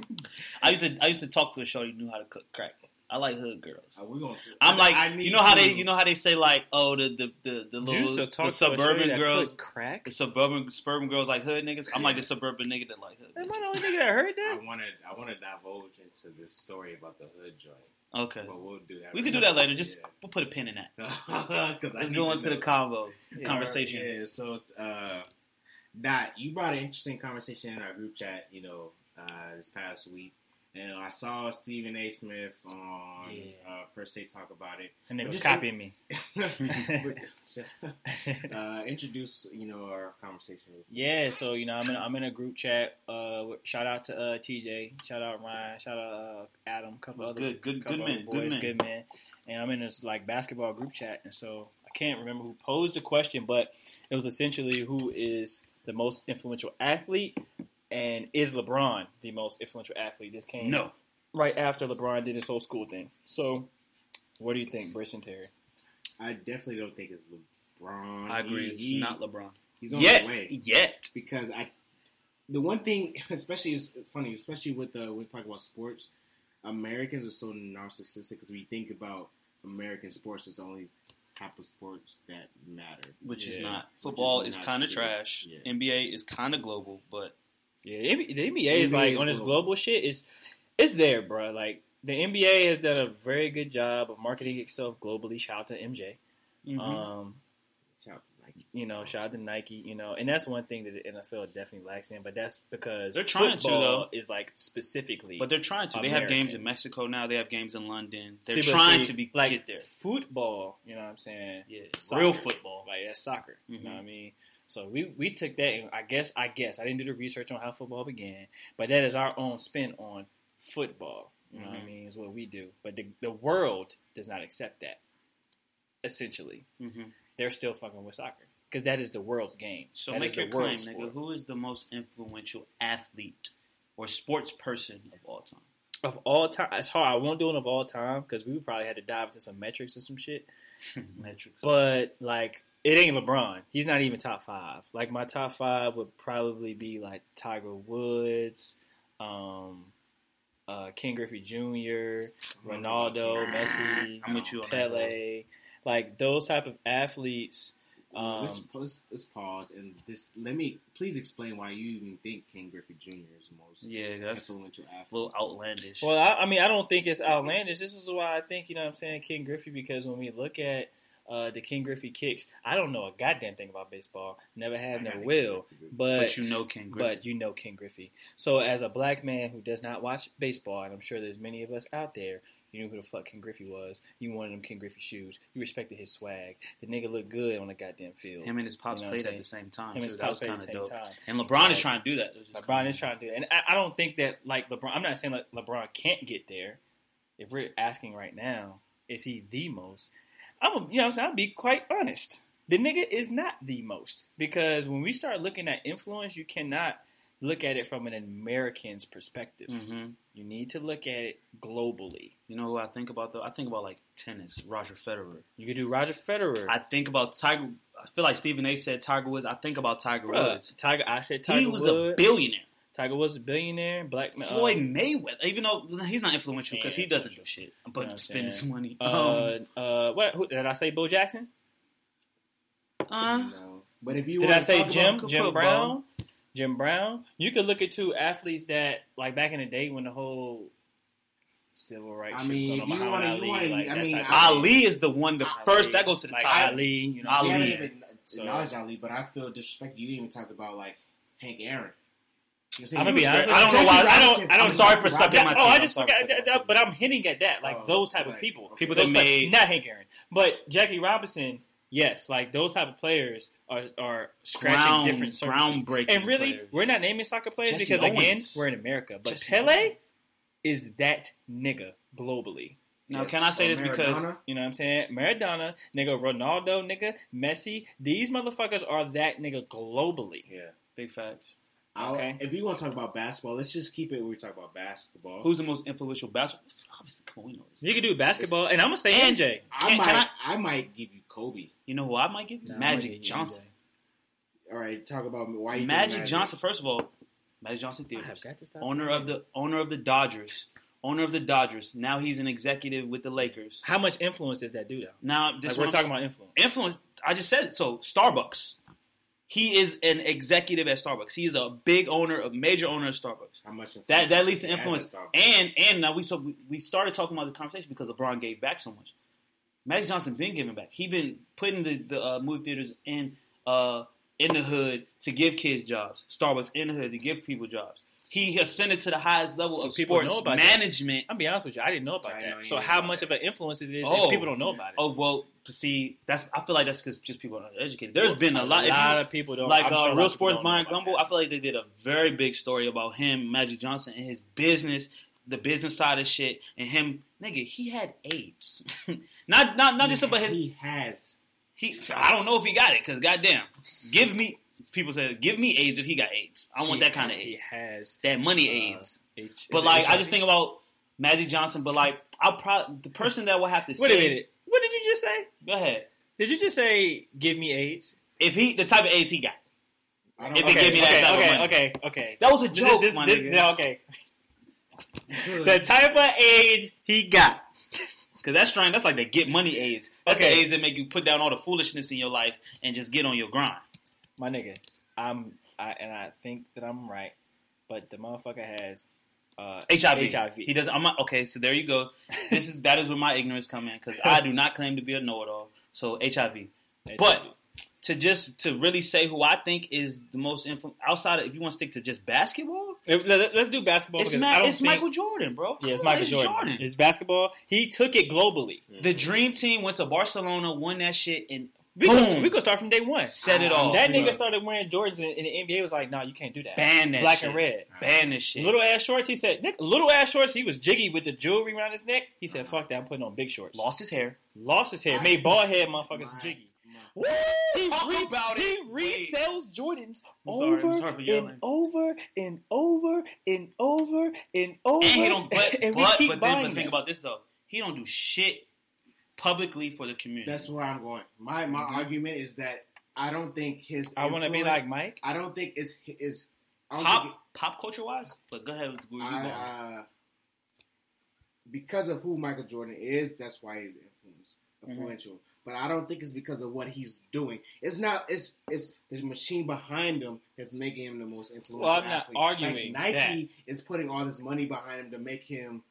I used to I used to talk to a shorty who knew how to cook crack. I like hood girls.
Uh, we gonna.
I'm like
I need
you know how they
to-
you know how they say like oh the the the, the
You
little
used to talk
the
to a shorty
suburban
that
girls
could Crack.
the suburban suburban girls like hood niggas. I'm like the suburban nigga that like hood.
Am I
Niggas.
the only nigga that heard
I
that?
want to. I want to divulge into this story about the hood joint,
Okay,
but we'll do that.
we can do that later. Just we'll put a pin in that.
Yeah. 'Cause I
Let's
need
go
to
into the
know.
combo
Yeah.
conversation.
Yeah, so uh Dot, you brought an interesting conversation in our group chat, you know, uh this past week. And I saw Stephen A. Smith on
Yeah.
uh, first day talk about it.
And they
But
were
just-
copying me.
uh, introduce, you know, our conversation.
Yeah, so you know, I'm in I'm in a group chat. Uh, with- shout out to uh, TJ, shout out Ryan, shout out uh, Adam, couple
What's
other
good? Good-
couple
good
other
men, good men.
good men. And I'm in this like basketball group chat, and so I can't remember who posed the question, but it was essentially who is the most influential athlete, and is LeBron the most influential athlete? This came
No,
right after LeBron did his whole school thing. So, what do you think, Brice and Terry?
I definitely don't think it's LeBron.
I agree.
He-
It's
he-
not LeBron
E He's on the
yet.
way.
Yet
because I the one thing especially it's it's funny especially with the when we talk about sports Americans are so narcissistic because we think about American sports as the only type of sports that matter
which is
Yeah.
not football
Which
is,
is not
kind of
true.
trash.
Yeah.
NBA is kind of global, but
Yeah, the NBA is
NBA
like
is
on this
global.
global shit. It's it's there, bro. Like the NBA has done a very good job of marketing itself globally. Shout out to MJ.
Mhm.
Um,
Shout out to Nike.
You know, shout out to Nike. You know, and that's one thing that the NFL definitely lacks in. But that's because
They're trying to,
football is like specifically.
But they're trying to. They have
American.
games in Mexico now. They have games in London. They're
See, but
trying
see,
to be
like
get there.
Football, you know what I'm saying?
Yeah,
Soccer.
real football.
Like that's soccer. You know
Mhm.
what I mean? So we we took that. And I guess I guess I didn't do the research on how football began, but that is our own spin on football. You know what
Mhm.
I mean? Is what we do. But the the world does not accept that. Essentially,
hmm
they're still fucking with soccer because that is the world's game.
So
That
make
is
your
the world
claim,
sport.
nigga. Who is the most influential athlete or sports person of all time?
of all time. It's hard. I won't do one of all time because we would probably had to dive into some metrics and some shit.
Metrics.
But like, it ain't LeBron. He's not even top five. Like my top five would probably be like Tiger Woods, um, uh, Ken Griffey Jr., Ronaldo, Messi,
I'm with you on that,
Pele, like those type of athletes. Um,
let's, let's, let's pause and just let me please explain why you even think Ken Griffey Jr. is the most
yeah, that's a
influential athlete.
little outlandish.
Well, I, I mean, I don't think it's outlandish. This is why I think you know what I'm saying King Griffey because when we look at uh, the King Griffey kicks, I don't know a goddamn thing about baseball. Never have, never will. But,
but you know Ken Griffey.
but you know King Griffey. So as a black man who does not watch baseball, and I'm sure there's many of us out there, you knew who the fuck King Griffey was. You wanted them King Griffey shoes. You respected his swag. The nigga looked good on the goddamn field.
him and his pops
You know what I'm
played at
saying?
the same time.
Him and
too.
his
that was
pops played
kind
at
of
the same
dope.
time.
And LeBron is trying to do that. This is
LeBron is trying to do it. And I, I don't think that, like, LeBron, I'm not saying like LeBron can't get there. If we're asking right now, is he the most? I'm, a, you know what I'm saying? I'll be quite honest. The nigga is not the most. Because when we start looking at influence, you cannot look at it from an American's perspective.
hmm
You need to look at it globally.
You know who I think about though? I think about like tennis, Roger Federer.
You could do Roger Federer.
I think about Tiger. I feel like Stephen A. said Tiger Woods. I think about Tiger Woods.
Bruh, Tiger, I said Tiger
he was a
Woods.
billionaire.
Tiger Woods, a billionaire. Black uh, man.
Floyd Mayweather, even though he's not influential because
Yeah,
he doesn't do
influential.
shit,
You know what I'm
but spend his
saying?
money.
Uh, uh, what, who, did I say Bo Jackson?
um, uh,
No. But if you
Did
wanna
I say
talk
Jim?
about-
Jim
football.
Brown? Jim Brown? You could look at two athletes that, like back in the day when the whole civil rights.
I
shit
mean,
was
if you
going on,
wanna- you
Muhammad Ali,
wanna-
like
I
that
mean,
type of-
Ali is the one. The
Ali.
first that goes to the
like
top.
Ali, you know,
You
Ali.
haven't
Yeah.
even acknowledged Ali, but I feel disrespected. You didn't even talk about like Hank Aaron. You know what
I'm gonna
saying?
be honest.
He was
with you.
I don't know why-
great.
I
Jackie
don't-
Robinson-
I'm sorry for
Robinson-
sucking
Yeah,
my
oh,
team.
I
I'm
just
sorry
forgot
for
that,
sucking my
that- but I'm hinting at that, like
Oh,
those type of
right.
people,
Okay.
People
Those
that
type-
made
not Hank Aaron, but Jackie Robinson. Yes, like those type of players are are scratching
ground,
different surfaces.
groundbreaking.
And really,
players.
we're not naming soccer players
Jesse
because again,
Owens.
we're in America. But
Jesse
Pele
Owens.
is that nigga globally.
Now,
Yeah.
can I say
Or
this because
Maradona.
You know what I'm saying? Maradona, nigga, Ronaldo, nigga, Messi. These motherfuckers are that nigga globally.
Yeah.
big facts?
I'll-
Okay.
If you want to talk about basketball, let's just keep it where we talk about basketball.
Who's the most influential basketball? Obviously, come on, we know this.
You can do basketball, and I'm gonna say
And-
NJ.
I
Can-
might,
can
I, might give you Kobe.
You know who I might give?
Nah, I'm gonna give
Magic
you
Johnson.
All right, talk about why you
Magic,
think
Johnson. First of all, Magic Johnson
NJ. I have
Theaters,
got to stop
owner
saying
of the owner of the Dodgers, owner of the Dodgers. Now he's an executive with the Lakers.
How much influence does that do though?
Now this
Like, we're
one-
talking about influence.
influence. I just said it. So Starbucks. He is an executive at Starbucks. He is a big owner, a major owner of Starbucks.
How much influence
That that leads to
he has
influence.
at Starbucks.
And and now we so we, we started talking about this conversation because LeBron gave back so much. Magic Johnson been giving back. He been putting the the uh, movie theaters in uh in the hood to give kids jobs. Starbucks in the hood to give people jobs. He ascended to the highest level of
But people know
sports
about that.
management.
I'll be honest with you, I didn't know about
I know
that.
you
So
didn't
how
know
much of an influence it is
Oh.
if people don't know about it?
Oh well, see, that's I feel like that's because just people aren't educated. There's been a lot.
A
if you-
lot of people don't
like
I'm sure a lot
uh,
of
Real
people
Sports
don't know
Brian
about
Gumble,
that.
I feel like they did a very big story about him, Magic Johnson, and his business, the business side of shit, and him. Nigga, he had AIDS. not not not just about his.
he has.
He, I don't know if he got it because goddamn, give me people say give me AIDS if he got AIDS. I want that kind of
He
AIDS,
has.
that money
uh,
AIDS.
H-
But
is it
like, I
HIV?
just think about Magic Johnson. But like, I'll probably the person that will have to
Wait
say,
a minute. What did you just say?
Go ahead.
Did you just say give me AIDS?
If he the type of AIDS he got,
I don't
If
know.
it gave me that type of
okay,
money.
okay, okay.
that was a
This-
joke.
this-
my
this-
nigga.
no, okay. The
Because
type of AIDS he got.
Cause that's trying. That's like the get money AIDS. That's the
Okay.
AIDS that make you put down all the foolishness in your life and just get on your grind.
My nigga, I'm I and I think that I'm right, but the motherfucker has uh
HIV.
HIV.
He doesn't. I'm not, okay. So there you go. This is that is where my ignorance come in because I do not claim to be a know it all. So HIV. But to just to really say who I think is the most influ- outside. Of, if you want to stick to just basketball,
Let- let- Let's do basketball.
it's
because
Ma-
I don't
it's
think-
Michael Jordan, bro. Come
Yeah, it's
on,
Michael Jordan. It's basketball. He took it globally.
The dream team went to Barcelona, won that shit, and
We could,
Boom.
we could start from day one.
Set it off.
That nigga
Bro.
started wearing Jordans, and, and the NBA was like, "No, you can't do that."
banned that
Black
shit.
and red.
Banned this shit.
Little ass shorts. He said, "Nick, little ass shorts." He was jiggy with the jewelry around his neck. He said, "Fuck that! I'm putting on big shorts."
Uh-huh. Lost his hair.
Lost his hair. Made bald head motherfuckers
My-
jiggy.
my-
He,
Talk
re-
about
he
it. Wait.
resells Jordans
I'm sorry, I'm
over
sorry for yelling.
and over and over and over and over.
And he don't. But
and we
but,
keep
but, then,
buying
but think
them.
about this though. He don't do shit publicly for the community.
That's where I'm going. My my argument is that I don't think his.
Mm-hmm. I want to be
influence-
like Mike.
I don't think it's is. I don't think
pop pop culture wise. But go ahead. With where you
I,
going.
uh, because of who Michael Jordan is, that's why he's influenced,
Mm-hmm.
influential. But I don't think it's because of what he's doing. It's not. It's it's the machine behind him that's making him the most influential.
Well, I'm not
athlete.
arguing
Like Nike is putting all this money behind him to make him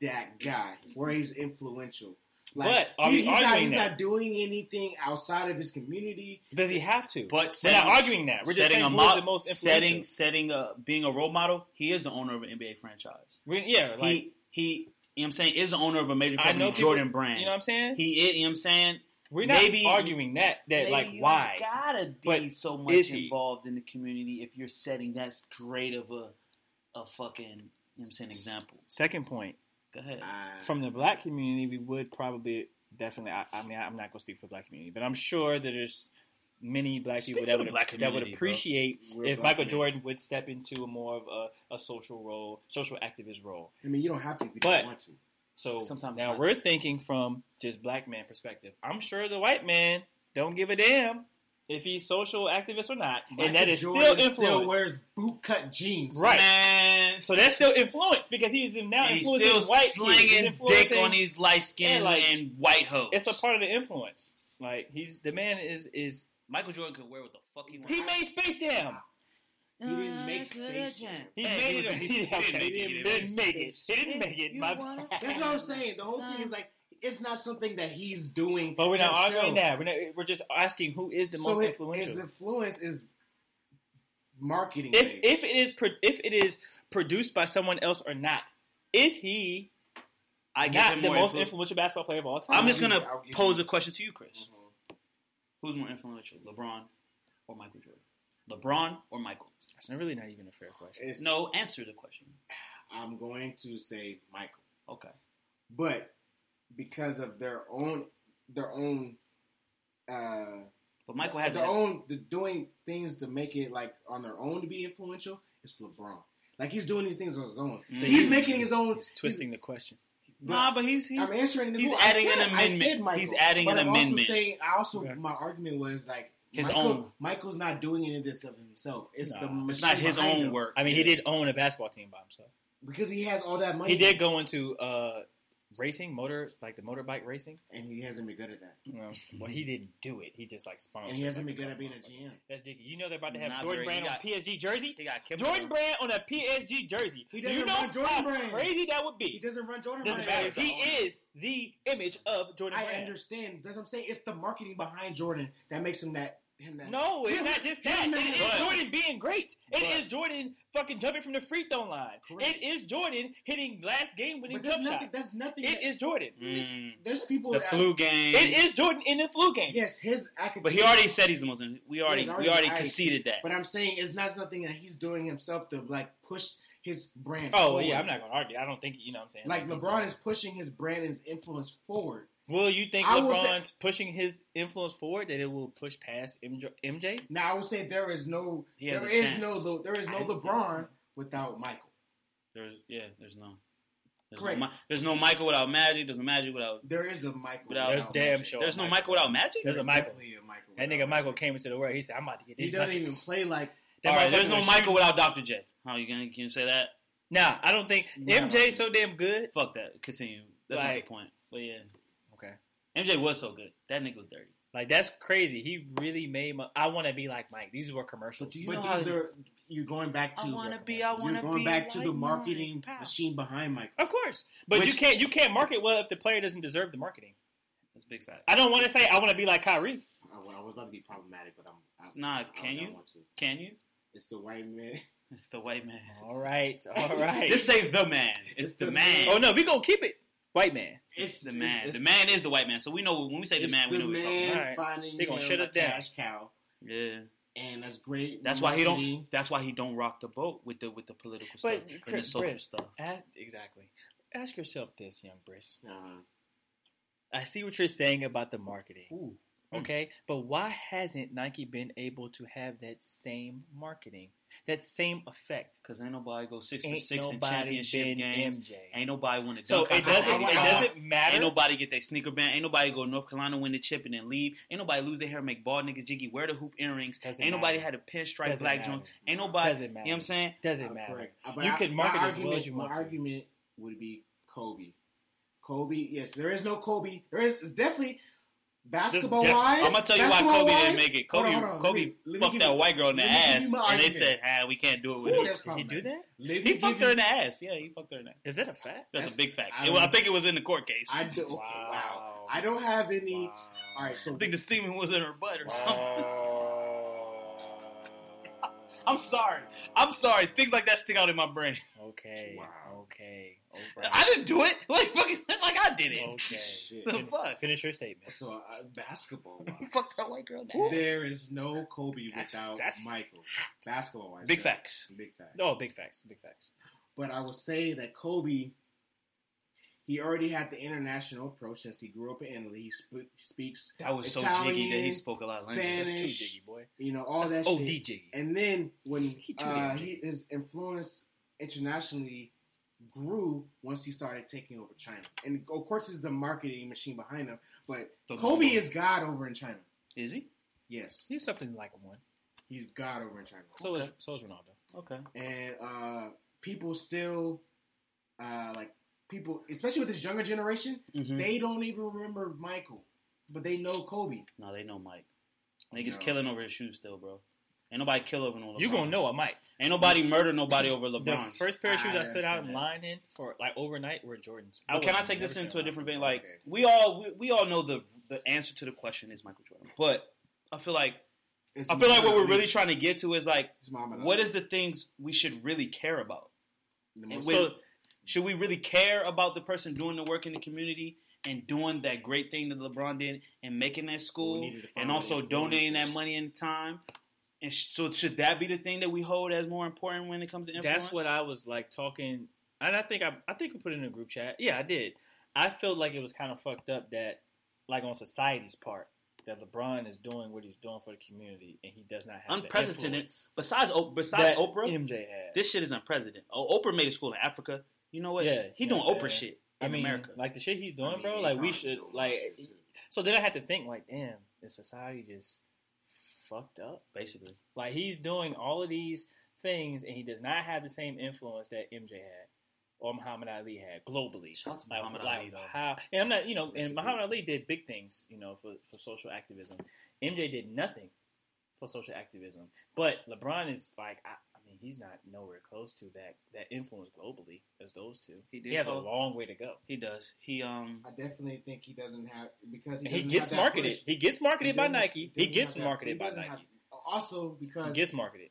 that guy, where he's influential.
But are we
he's, not,
arguing
he's
that?
not doing anything outside of his community.
Does he have to?
But
we're
setting,
not arguing that. We're just
setting
saying
a
who
mo-
is the most
setting
influential.
setting uh being a role model. He is the owner of an NBA franchise.
We're- yeah, like
he he, you know what I'm saying, is the owner of a major
I
company,
know people-
Jordan Brand.
you know what I'm saying.
He is, you know what I'm saying?
we're not
maybe-
arguing that. That
Maybe
like
you
why?
gotta be
But
so
is
much
he?
involved in the community if you're setting that great of a a fucking you know what I'm saying example.
Second point
Go ahead.
Uh,
from the black community, we would probably definitely. I, I mean, I'm not gonna speak for black community, but I'm sure that there's many black
Speak
people
for
that
the
would
black
that would
community, bro.
appreciate
We're
if
black
Michael
men.
Jordan would step into a more of a, a social role, social activist role.
I mean, you don't have to if you
But-
don't want to.
So
Sometimes
now
not.
we're thinking from just black man perspective. I'm sure the white man don't give a damn if he's social activist or not, and that
Michael
is still
Jordan
influence.
still wears bootcut jeans.
Right.
Man,
so that's still influence because he's now
and he's
influencing
still
white kids. He's
slinging dick
influencing-
on these light skinned
Yeah, like,
and white hoes.
It's a part of the influence. Like he's the man is is
Michael Jordan could wear what the fuck he wants.
he made Space Jam.
He
Uh,
didn't
Uh,
make Space Jam.
He
Hey,
made
he
it.
was- he
Yeah,
didn't
okay,
make it.
He
He
didn't
didn't
make it. He didn't make it.
You
My-
wanna-
That's what I'm saying. The whole thing is
Uh.
like it's not something that he's doing.
But we're not
himself.
arguing that. We're not, we're just asking who is the
so
most
it- His
influential.
influence is marketing.
if
based.
if it is pro- if it is produced by someone else or not, is he
I give
not
him
the
more
most
influence.
influential basketball player of all time?
I'm just gonna
I'll give
pose
you-
a question to you, Chris.
Mhm.
Who's more influential, LeBron or Michael Jordan? LeBron or Michael?
That's really not even a fair question.
It's-
No, answer the question.
I'm going to say Michael,
Okay.
but because of their own their own uh
But Michael has
their
a-
own the doing things to make it like on their own to be influential. It's LeBron. Like he's doing these things on his own.
So
he's
he-
making his own.
He's twisting the question.
Nah, but he's he's
I'm answering this.
he's
Well, I
adding
said-
an
I said
amendment.
Michael,
He's adding
but
an
I'm
amendment.
Also saying, I also
Okay.
my argument was like
His
Michael,
own.
Michael's not doing any of this of himself. It's
Nah,
the
it's
machine
not his
behind
own
him.
work.
I mean, he did own a basketball team by himself.
because he has all that money.
He did go into uh, racing, motor like the motorbike racing.
and he hasn't been good at that.
You know what I'm saying? well, he didn't do it. He just like sponsored.
And he hasn't
like,
been good at being a
motherfucker.
GM.
That's Jiggy. You know they're about to have
Not
Jordan
very-
Brand
he
on
got-
PSG jersey.
He got Kimberly.
Jordan Brand on a PSG jersey.
He
Do
doesn't
you know
run Jordan
how
Brand.
crazy that would
He
be.
doesn't run Jordan.
Doesn't
Brand.
matter. He is the image of Jordan
I
Brand.
understand. That's what I'm saying. It's the marketing behind Jordan that makes him that. Him that.
No, it's
Him-
not just
him
that.
and
It
his
is
brother.
Jordan being great. It
But-
is Jordan fucking jumping from the free throw line.
Correct.
It is Jordan hitting last game winning
But that's
jump
nothing.
shots.
That's nothing.
It is Jordan.
Mm,
There's people.
the
that,
flu game.
It is Jordan in the flu game.
Yes, his academic.
But he already said he's the most. We already
Yeah,
we already
I-
conceded that.
But I'm saying it's not something that he's doing himself to like push his brand.
Oh well,
forward.
yeah, I'm not gonna argue. I don't think you know what I'm saying.
Like LeBron is pushing his brand and his influence forward.
Will you think
I will
LeBron's pushing his influence forward that it will push past MJ? MJ?
Now I would say there is no,
He has
there
a
is
chance.
no, Lo- there is no
I-
LeBron without Michael.
There's, yeah, there's no. There's
Correct.
no, Mi- there's no Michael without Magic. There's no Magic without.
There is a Michael.
Without-
There's damn
Magic.
sure.
There's no
Michael.
Michael without Magic.
There's a Michael.
Definitely a Michael.
That nigga
without
Michael came into the world. He said, "I'm about to get
He
these
doesn't
buckets."
even play like.
That
All right,
motherfucker
there's no
was
Michael
shooting.
without Dr. J. How you gonna can you say that?
Nah, I don't think
Nah.
MJ's so damn good.
Fuck that. Continue. That's
Like-
not the point. But yeah,
Okay,
MJ was so good. That nigga was dirty.
like that's crazy. He really made. My, I want to be like Mike. These were commercials.
But do you know
But
how
these are you're going back to.
I wanna be- I wanna
You're going
be
back to
like
the
mine.
marketing
Pow.
machine behind Michael.
of course, but you
Which-
can't. You can't market well if the player doesn't deserve the marketing.
That's a big fact.
I don't want to say I want to be like Kyrie.
I, Uh, I was about to be problematic, but I'm. I,
It's not.
I- I
Can
don't
you?
want to.
Can you?
It's the white man.
It's the white man.
All right, all right.
Just say the man. It's the man.
oh no, we gonna keep it white man.
It's the man. The man is the white man. So we know when we say the
it's
man, we know what we're talking about.
Alright.
finding
They gonna
him
shut
a
us down.
Cash cow,
Yeah.
and that's great.
That's why he
marketing.
don't. That's why he don't rock the boat with the with the political
But,
stuff and the
Chris-
social
Chris,
stuff.
A- exactly. Ask yourself this, young Briss.
Uh,
I see what you're saying about the marketing.
Ooh, Mm.
Okay, but why hasn't Nike been able to have that same marketing, that same effect?
because ain't nobody go six for
Ain't
six in
nobody
championship
been
games.
MJ.
Ain't nobody win a
So
dunk
it
contest.
doesn't.
Ain't
It
nobody-
doesn't matter.
Ain't nobody get their sneaker ban. Ain't nobody go to North Carolina win the chip and then leave. Ain't nobody lose their hair, make bald niggas jiggy, wear the hoop earrings.
Doesn't
ain't nobody
matter.
had a pinstripe
Doesn't
black
matter.
joint. Ain't nobody.
Doesn't
You know what I'm
matter.
saying?
Doesn't
I'm
matter.
correct. Uh, but
You
I-
could
my
market as well
argument-
as you want
My
to.
argument would be Kobe. Kobe, yes, there is no Kobe. There is it's definitely basketball wise.
I'm gonna tell you why Kobe didn't make it. Kobe, Kobe fucked that white girl in the ass, and they said, "Ah, we can't do it with
Ooh,
him."
that's
Did he do that?
He fucked her in the ass. Yeah, he fucked her in the ass.
Is that a fact?
That's,
That's-
a big fact.
I
It was- I,
don't-
think it was in the court case.
I
I,
do. Wow.
Wow.
I don't have any. All right, so
think the semen was in her butt or something. I'm sorry. I'm sorry. Things like that stick out in my brain.
Okay.
Wow.
Okay.
I didn't do it. Like fucking like I did it.
Okay.
shit.
The fuck.
Finish your statement.
So uh, basketball
Fuck that
wise,
white girl.
there is no Kobe
That's-
without
that's-
Michael. Basketball wise,
Big facts.
Big fact.
Oh, big facts. Big facts.
But I will say that Kobe, he already had the international approach since he grew up in Italy. He sp- speaks,
That was so
Italian,
jiggy that he spoke a lot of language.
That's too
Spanish,
jiggy, boy.
you know, all that
Oh,
shit.
D jiggy.
And then when
He too
uh,
damn
he,
jiggy.
his influence internationally grew once he started taking over China. And of course, it's the marketing machine behind him. But
The
Kobe
global-
is God over in China.
Is he?
Yes,
He's something like one.
he's God over in China.
So is so is Ronaldo.
Okay.
and uh, people still uh, like people, especially with this younger generation,
Mhm.
they don't even remember Michael, but they know Kobe.
No, they know Mike. Niggas
No.
killing over his shoes still, bro. Ain't nobody kill over no LeBron.
You gonna know I might.
Ain't nobody murder nobody over LeBron. Ah,
The first pair of shoes
I
I, stood out in
understand that.
line in for like overnight were Jordans.
But can I
wasn't
take this
never
into a
sure.
different vein? Like
Okay.
we all we, we all know the the answer to the question is Michael Jordan, but I feel like
It's
I feel like what we're
Muhammad
really
Ali.
trying to get to is like
It's Muhammad
what
Ali.
is the things we should really care about?
The
And
most-
when-
So-
should we really care about the person doing the work in the community and doing that great thing that LeBron did and making that
We
school
needed to find
and also
the influencers.
donating that money and time? And sh- so should that be the thing that we hold as more important when it comes to influence?
That's what I was like talking, and I think I, I think we put it in a group chat. Yeah, I did. I felt like it was kind of fucked up that, like on society's part, that LeBron is doing what he's doing for the community, and he does not have the
unprecedented.
influence
Besides O-
that
besides Oprah,
MJ had.
this shit is unprecedented. Oh, Oprah made a school in Africa. You know what?
Yeah,
he
you
doing
know what I'm
Oprah
saying?
shit in
I mean,
America.
like the shit he's
I
doing,
mean,
bro.
he
Like
probably
we should,
do a lot of
like.
shit, too.
So then I had to think, like, damn, is society just fucked up?
basically,
Like he's doing all of these things, and he does not have the same influence that MJ had or Muhammad Ali had globally.
Shout out to
Like-
Muhammad
like
Ali, though.
How, and I'm not, you know,
Rest
and
in
Muhammad
peace.
Ali did big things, you know, for, for social activism. MJ did nothing for social activism, but LeBron is like, I, I mean, he's not nowhere close to that that influence globally as those two.
He
He,
did
has
call-
a long way to go.
he does. He um.
I definitely think he doesn't have because he,
He
doesn't
gets
have that
marketed.
push.
He gets marketed by
doesn't-
Nike. He
doesn't
gets
have that-
marketed
he
by
doesn't
Nike.
have- also
He
because
gets marketed.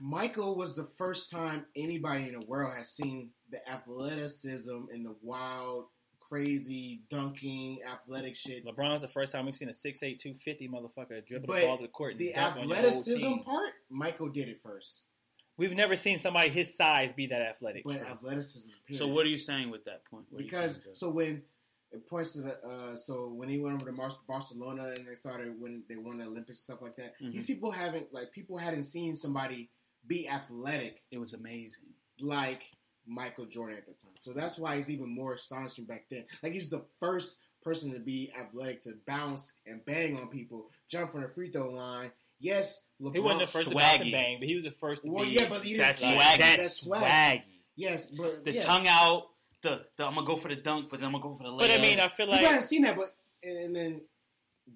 Michael was the first time anybody in the world has seen the athleticism and the wild, crazy dunking, athletic shit.
LeBron's the first time we've seen a 6'8", 250 motherfucker dribble
But
the ball to the court. And
The
dunk on your whole
athleticism
team.
part, Michael did it first.
We've never seen somebody his size be that athletic.
But athleticism. Period.
So what are you saying with that point? What are you
because
saying with that?
so when it points to the uh, so when he went over to Mar- Barcelona and they started when they won the Olympics and stuff like that.
Mm-hmm.
Mhm.
These people haven't like people hadn't seen somebody be athletic
it was amazing.
like Michael Jordan at the time. So that's why he's even more astonishing back then. Like he's the first person to be athletic to bounce and bang on people, jump from the free throw line. Yes, LeBron.
he wasn't the first to bounce
swaggy.
and bang, but he was the first to
Well,
be.
yeah, but he
That's
didn't-
swaggy.
That's
swaggy.
swag. Yes, but
The
yes.
tongue out. The, the I'm gonna go for the dunk, but then I'm gonna go for the layup.
But I mean, I feel
People
like
haven't seen that, but and, and then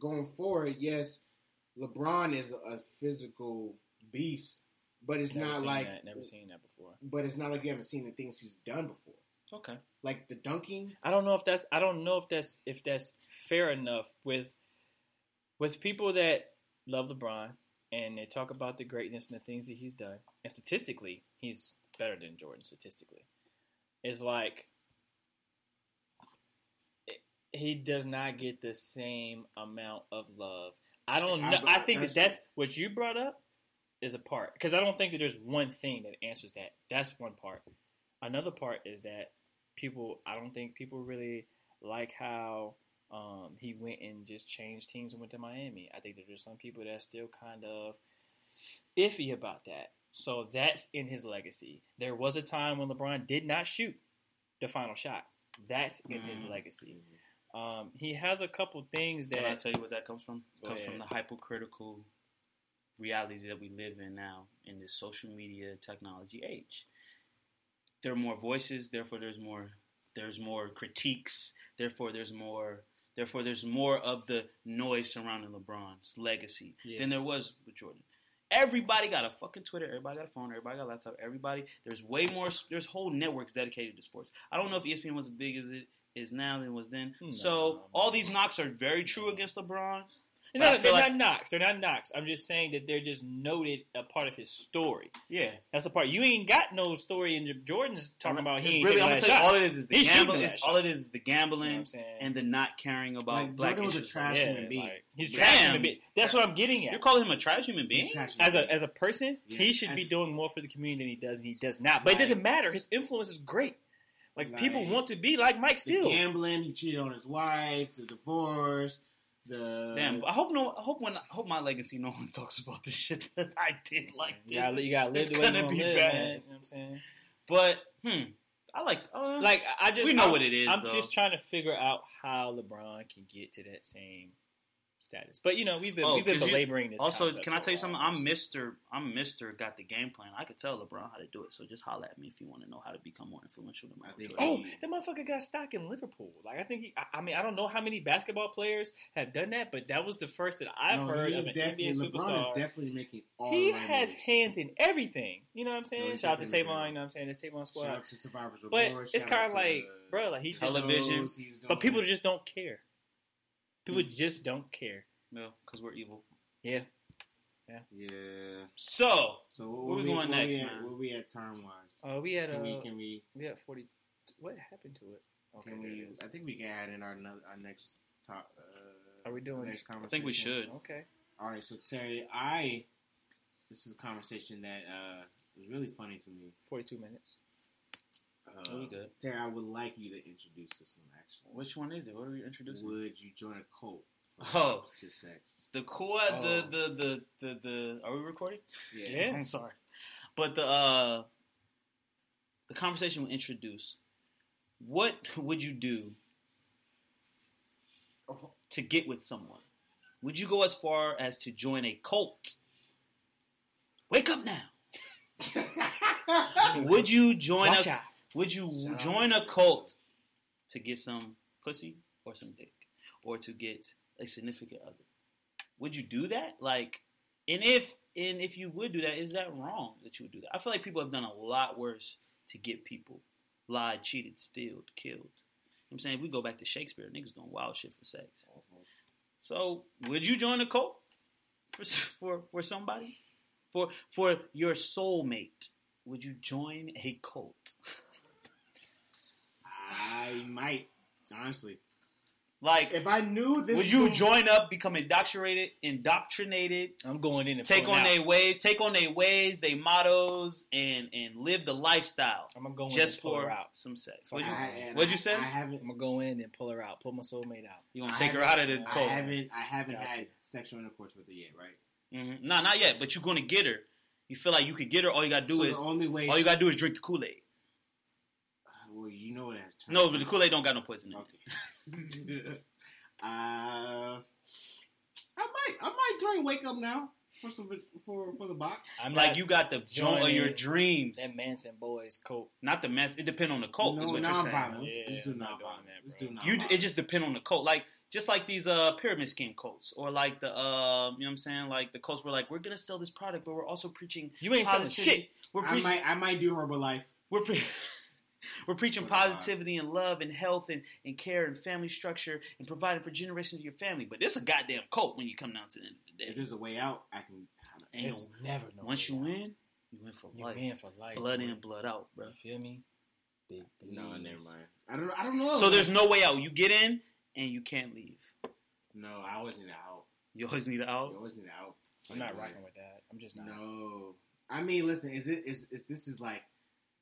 going forward, yes, LeBron is a physical beast, but it's
Never
not
seen
like
that, never seen that before.
but it's not like you haven't seen the things he's done before,
okay.
like the dunking.
I don't know if that's I don't know if that's if that's fair enough with with people that love LeBron and they talk about the greatness and the things that he's done, and statistically, he's better than Jordan statistically. It's like it- he does not get the same amount of love. I don't
I-
know. I think
that's-
that that's what you brought up is a part because I don't think that there's one thing that answers that. That's one part. Another part is that people. I don't think people really like how um, he went and just changed teams and went to Miami. I think that there's some people that are still kind of iffy about that. So that's in his legacy. There was a time when LeBron did not shoot the final shot. That's in
Mm.
his legacy. Um, he has a couple things
Can I
that
tell you what that comes from?
Go
comes from
ahead.
the hypocritical reality that we live in now in this social media technology age. There are more voices, therefore there's more there's more critiques, therefore there's more therefore there's more of the noise surrounding LeBron's legacy
Yeah.
than there was with Jordan. Everybody got a fucking Twitter. Everybody got a phone. Everybody got a laptop. Everybody. There's way more. There's whole networks dedicated to sports. I don't know if E ESPN was as big as it is now than it was then.
No.
So all these knocks are very true against LeBron.
No,
But I feel
no, they're
like-
not knocks. They're not knocks. I'm just saying that they're just noted a part of his story.
Yeah,
That's the part you ain't got no story in J- Jordan's talking about. He ain't
really.
really.
I'm
i
gonna tell you, all it is is the
He's shooting
gambling.
that
it's-
shot.
All it is is the
You know what
gambling
I'm saying?
and the not caring about
Like,
black
Jordan was a
issues.
trash
yeah,
human being.
like, he's
Damn.
trash human being. That's what I'm getting
You're
at.
calling him a trash human being.
He's trash.
As a as a person,
Yeah.
he should
As-
be doing more for the community than he does, and he does not. But
Like-
it doesn't matter. His influence is great. Like, people
Like-
want to be like Mike
the
Steele.
gambling, he cheated on his wife, the divorce, the
Damn. I hope no. I hope when. I hope my legacy. No one talks about the shit that I did like
You gotta,
this.
you gotta live
it's
the way you
gonna
wanna
be
live,
bad.
man. You know what I'm saying?
But hmm, I like. Uh,
Like I- I just
We know
I'm-
what it is,
I'm
though.
just trying to figure out how LeBron can get to that same status. But you know, we've been
Oh,
we've been
'cause you-
belaboring this.
Also,
concept
can I
for a
tell you
while.
something? I'm Mister. I'm Mister. Got the game plan. I could tell LeBron how to do it. So just holla at me if you want to know how to become more influential than
I
Michael
think-
Jordan.
Oh, that motherfucker got stock in Liverpool. Like I think he. I, I mean, I don't know how many basketball players have done that, but that was the first that I've
No,
heard
he's
of an
definitely-
NBA
LeBron is
superstar.
definitely making all.
He
the right
has
moves.
hands in everything. You know what I'm saying?
he's
Shout out to
definitely
Tavon.
good.
You know what I'm saying? It's Tavon
Shout
squad.
out to Survivor's
But
Award,
it's
shout out
kinda
to
like,
the
bruh, like, he's just-
Television.
shows he's doing.
But people just don't care. People
Hmm.
just don't care.
No, because we're evil.
Yeah.
yeah.
So
So what
Where we going next,
We at,
man?
where we at time wise?
Uh, we had
Can we?
uh,
Can we?
we had forty. What happened to it? Okay,
Can
there it
we?
is.
I think we can add in our no- our next top. Uh,
Are we doing-
Next
I think
conversation.
we should.
Okay.
All right, so Terry, I this is a conversation that uh, was really funny to me.
Forty-two minutes.
Uh,
Oh, we good.
Terry, I would like you to introduce this one. Actually,
Which one is it? What are we introducing?
would you join a cult for
Oh.
opposite sex?
The core. The, the the the the. Are we recording?
Yeah.
I'm sorry. But the uh the conversation will introduce what would you do to get with someone? Would you go as far as to join a cult? Wake up now. would you join
Watch
a
out.
would you
Shout out.
join a cult to get some pussy or some dick or to get a significant other? Would you do that? Like, and if and if you would do that, is that wrong that you would do that? I feel like people have done a lot worse to get people lied, cheated, stealed, killed. You know what I'm saying if we go back to Shakespeare, niggas doing wild shit for sex. So, would you join a cult for for for somebody? For for your soulmate, would you join a cult?
I might honestly,
Like,
if I knew this,
would you
dude-
join up, become indoctrinated, indoctrinated,
I'm going in and
take
pulling
on
out.
their way, take on their ways, their mottos, and and live the lifestyle
I'm gonna go in
just
and pull
for
her out.
some sex?
Fuck
Would you,
I- and
what'd
I-
you say?
I haven't.
I'm gonna go in and pull her out. Pull my soulmate out.
you gonna
I
take her out of
haven't-
the
I
cult?
haven't. I haven't
Gotcha.
had sexual intercourse with her yet, right?
Mhm. No, not yet. But you're gonna get her. You feel like you could get her. All you gotta do
so
is
the only way. Ah,
all you gotta do is drink the Kool Aid.
Well, you know what that. term
No, but
means.
the Kool Aid don't got no poison in it.
Okay. uh, I might. I might join Wake Up Now for some for for the box.
I'm
like
not
you got the joint of
joining
your dreams,
That Manson boys coat.
not the mess. It depend on the cult.
no,
is what you're saying.
nonviolent. Let's,
Yeah,
let's do
I'm not doing
nonviolent.
that,
Let's
bro.
do nonviolent.
You it just depend on the cult. Like just like these uh pyramid scheme cults or like the uh you know what I'm saying like the cults were like we're going to sell this product but we're also preaching
You ain't selling
positivity.
shit.
We're
I
preaching
might. I might do Herbalife.
we're pre- We're preaching positivity and love and health and, and care and family structure and providing for generations of your family. But it's a goddamn cult when you come down to the end of the
If
day.
there's a way out, I can.
And
They'll never know.
once you
without.
in, you in for
you
life.
in for life.
blood
boy.
in, blood out, bro.
You feel me? Big
No,
B's.
never mind. I don't. know. I don't know.
So there's no way out. You get in and you can't leave.
No, I always need an out.
You always need an
You
out.
always need an out.
I'm not rocking with that. I'm just not.
No, I mean, listen. Is it? Is, is this is like?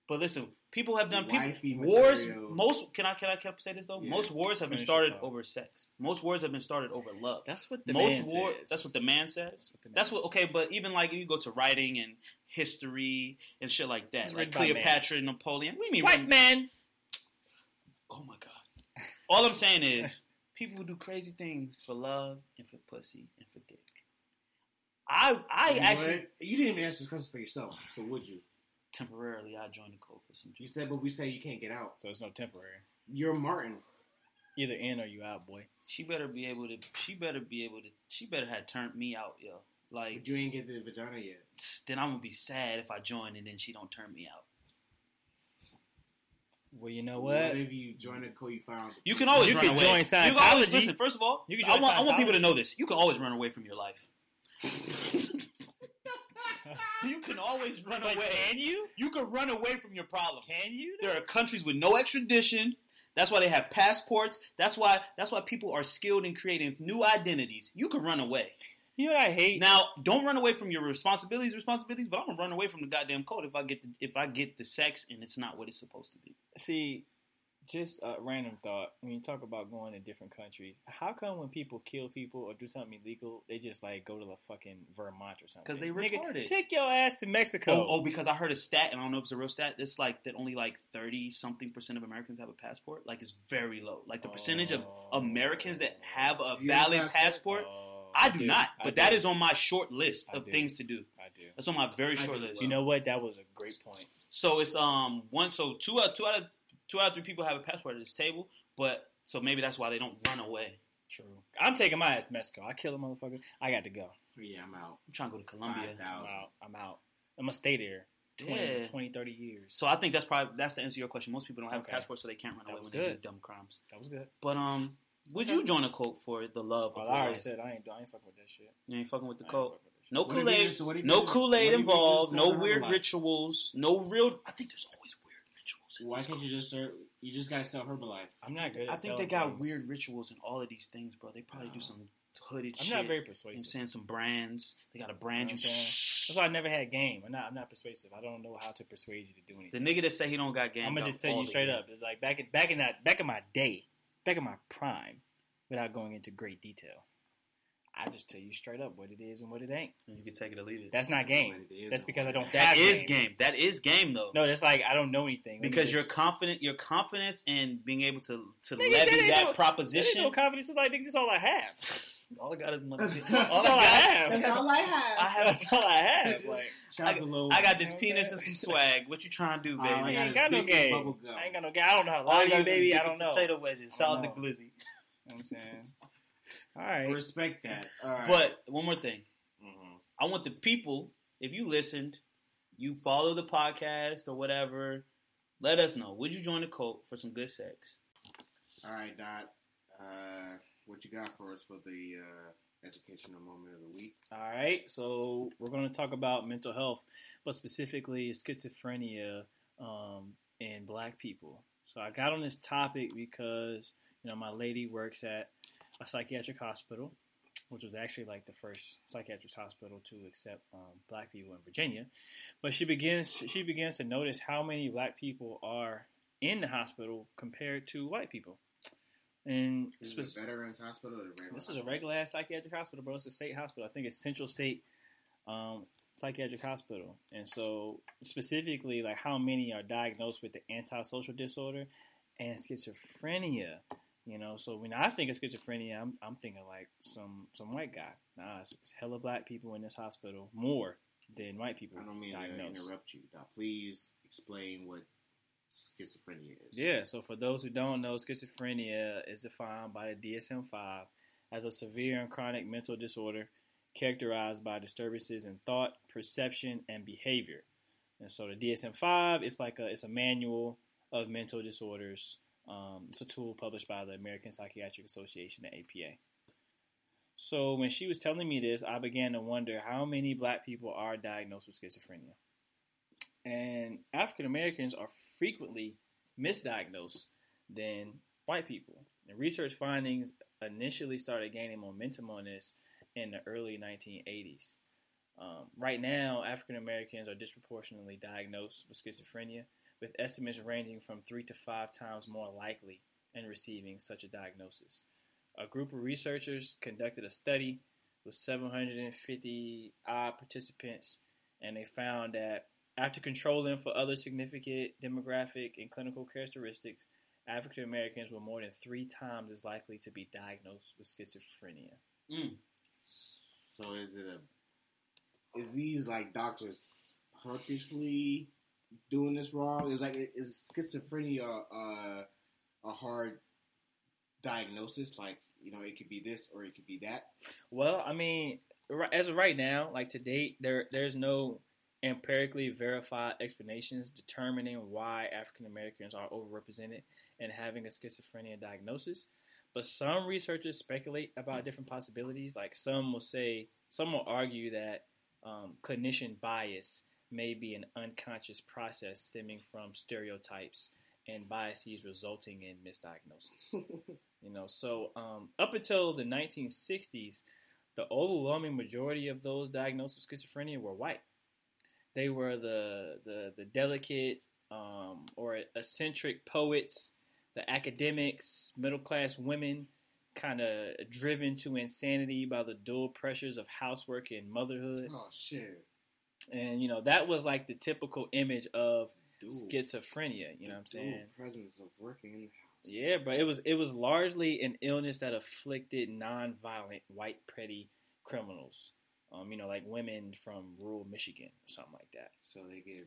But listen, people have done
Wifey
people, wars.
material.
Most can I can I can I say this though?
Yeah.
Most wars have been
Finish
started
your thought.
over sex. Most wars have been started over love.
That's what the
most
man
war.
says.
That's what the man says.
That's what the man
That's what.
says.
Okay, but even like you go to writing and history and shit like that,
It's
like
written by man.
Cleopatra, Napoleon. We mean
white man.
Oh my god. All I'm saying is people do crazy things for love and for pussy and for dick. I I
you know
actually
what? you didn't even answer this question for yourself. So would you?
temporarily I joined the cult for some.
You said, but we say you can't get out.
So it's no temporary.
You're Martin.
Either in or you out, boy.
She better be able to. She better be able to. She better have turned me out, yo. Like
But you ain't get the vagina yet.
then I'm gonna be sad if I join and then she don't turn me out.
Well, you know what?
if you join a co you found?
You can always
You
run
can
away.
join
You can always,
Scientology.
listen, first of all,
You can
I
join
want I want people
Scientology.
to know this. You can always run away from your life. you can always run
But
away.
can you?
You can run away from your problem.
Can you?
There are countries with no extradition. That's why they have passports. That's why that's why people are skilled in creating new identities. You can run away.
You know what I hate?
Now, don't run away from your responsibilities, responsibilities, but I'm gonna run away from the goddamn code if I get the, if I get the sex and it's not what it's supposed to be.
See, just a random thought. When you talk about going to different countries, how come when people kill people or do something illegal, they just like go to the fucking Vermont or something?
'Cause they
Nigga,
retarded.
Take your ass to Mexico.
Oh, oh, because I heard a stat, and I don't know if it's a real stat. It's like that only like thirty something percent of Americans have a passport. Like it's very low. Like the percentage of
Oh.
Americans that have a
You have a
valid
passport?
passport,
Oh,
I do
do.
not.
I
But
do.
that is on my short list
I
of
do.
things to do.
I do.
That's on my very
I
short
do
list.
as
You know what? That was a great point.
So it's um one so two out two out of two out of three people have a passport at this table, but so maybe that's why they don't run away.
True. I'm taking my ass to Mexico. I kill a motherfucker. I got to go.
Yeah, I'm out.
I'm trying to go to
Five
Colombia.
I'm
thousand.
out. I'm out. I'm gonna stay there 20,
Yeah.
20 30 years.
So I think that's probably that's the answer to your question. Most people don't have
Okay.
a passport, so they can't run
That
away
was
when they do
good.
dumb crimes.
That was good.
But um, would you join a cult for the love of
Well,
your
I already
life?
said I ain't. I ain't fucking with that shit.
You ain't fucking with the
I ain't
cult.
fucking with that shit.
No
What if
Kool
you
Aid.
just- what if you
No
just-
Kool
what if
Aid
you just
involved. No
surrender
weird
life?
rituals. No real. I think there's always weird rituals. in
Why
this
can't
cult.
you just serve? You just gotta sell Herbalife.
I'm not good. At
I think they
selling
got
things.
weird rituals in all of these things, bro. They probably do some hooded
I'm
shit.
not very
You know what I'm
persuasive.
saying some brands. They got a brand
You know
you.
what I'm That's why I never had game. I'm not. I'm not persuasive. I don't know how to persuade you to do
The
anything.
nigga that say he don't got game.
I'm gonna
got
just tell
all
you
the
straight
game.
up. It's like back in back in that back in my day, back in my prime, without going into great detail. I just tell you straight up what it is and what it ain't.
And You can take it or leave it.
That's not
What
game.
it is
That's
and
because I
what it
don't
ain't.
have
that is
game.
game. That is game though.
No, that's like I don't know anything Let me
because
just-
your confident, your confidence in being able to to
Nigga, that
levy that
ain't no- There ain't
proposition.
no confidence. It's like nigga, that's all I have.
all I got is money.
That's all I have.
all I have.
I have
That's all I have. Like
Shout out to Lil
I
Wayne.
got this penis and some swag. What you trying to do, baby?
All I
I ain't
got
got no
is big
game.
bubble gum.
I ain't got no game. I don't know how to
All
lie,
you
to you,
got
baby.
is
I
dick
don't
and
know. You know
Potato wedges. Shout out to
don't
Glizzy.
what I'm saying. All right.
Respect that. All right.
But one more thing,
Mhm.
I want the people. If you listened, you follow the podcast or whatever. Let us know. Would you join the cult for some good sex?
all right, Dot. Uh, what you got for us for the uh, educational moment of the week?
All right, so we're going to talk about mental health, but specifically schizophrenia um, in Black people. So I got on this topic because you know my lady works at a psychiatric hospital, which was actually like the first psychiatric hospital to accept um, Black people in Virginia. But she begins she begins to notice how many Black people are in the hospital compared to white people, and
This is a Veterans Hospital. Or the regular
this is a
hospital?
regular ass psychiatric hospital, bro. It's a state hospital. I think it's Central State um, Psychiatric Hospital. And so, specifically, like how many are diagnosed with the antisocial disorder and schizophrenia? You know, so when I think of schizophrenia, I'm, I'm thinking like some some white guy. Nah, it's, it's hella black people in this hospital more than white people.
I don't mean
diagnosed.
to interrupt you, Dot. Please explain what schizophrenia is.
Yeah, so for those who don't know, schizophrenia is defined by the DSM 5 as a severe and chronic mental disorder characterized by disturbances in thought, perception, and behavior. And so the DSM 5 it's like a, it's a manual of mental disorders. Um, it's a tool published by the American Psychiatric Association, the APA. So when she was telling me this, I began to wonder how many black people are diagnosed with schizophrenia. And African Americans are frequently misdiagnosed than white people. And research findings initially started gaining momentum on this in the early 1980s. Um, right now, African Americans are disproportionately diagnosed with schizophrenia, with estimates ranging from three to five times more likely in receiving such a diagnosis. A group of researchers conducted a study with 750 odd participants, and they found that after controlling for other significant demographic and clinical characteristics, African Americans were more than three times as likely to be diagnosed with schizophrenia.
Mm.
So is it a is these like doctors purposely doing this wrong? Is like is schizophrenia uh, a hard diagnosis? Like you know, it could be this or it could be that.
Well, I mean, ri- as of right now, like to date, there there's no empirically verified explanations determining why African Americans are overrepresented in having a schizophrenia diagnosis. But some researchers speculate about different possibilities. Like some will say, some will argue that um, clinician bias may be an unconscious process stemming from stereotypes and biases resulting in misdiagnosis. you know, so um, up until the 1960s, the overwhelming majority of those diagnosed with schizophrenia were white. They were the the, the delicate um, or eccentric poets, the academics, middle class women, kind of driven to insanity by the dual pressures of housework and motherhood.
Oh shit!
And you know that was like the typical image of
Dude,
schizophrenia. You know
the
what I'm
dual
saying?
Presence of working in the house.
Yeah, but it was it was largely an illness that afflicted nonviolent white petty criminals. Um, you know, like women from rural Michigan or something like that.
So they get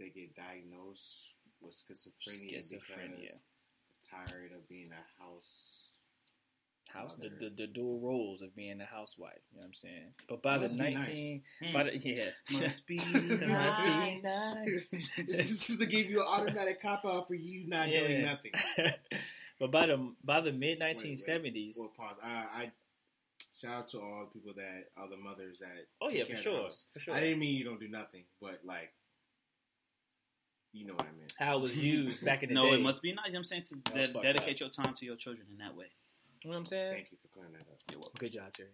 they get diagnosed with schizophrenia,
Schizophrenia.
because they're tired of being a house.
House the,
Mother.
the, the dual roles of being a housewife. You know what I'm saying? But by
Must
the
be Hmm.
19,
nice.
by the, yeah,
Must be
be
nice.
this, this is to give you an automatic cop out for you not doing
Yeah.
nothing.
but by the by the mid 1970s.
Well, pause. I, I shout out to all the people that all the mothers that.
Oh yeah,
take care
for
of the
sure,
house.
for sure.
I didn't mean you don't do nothing, but like, you know what I meant.
How it was used back in the day.
No, it must be nice. You know what I'm saying to
That's
de-
fucked
dedicate your time to your children in that way.
You know what I'm saying?
Thank you for clearing that up.
Good job, Terry.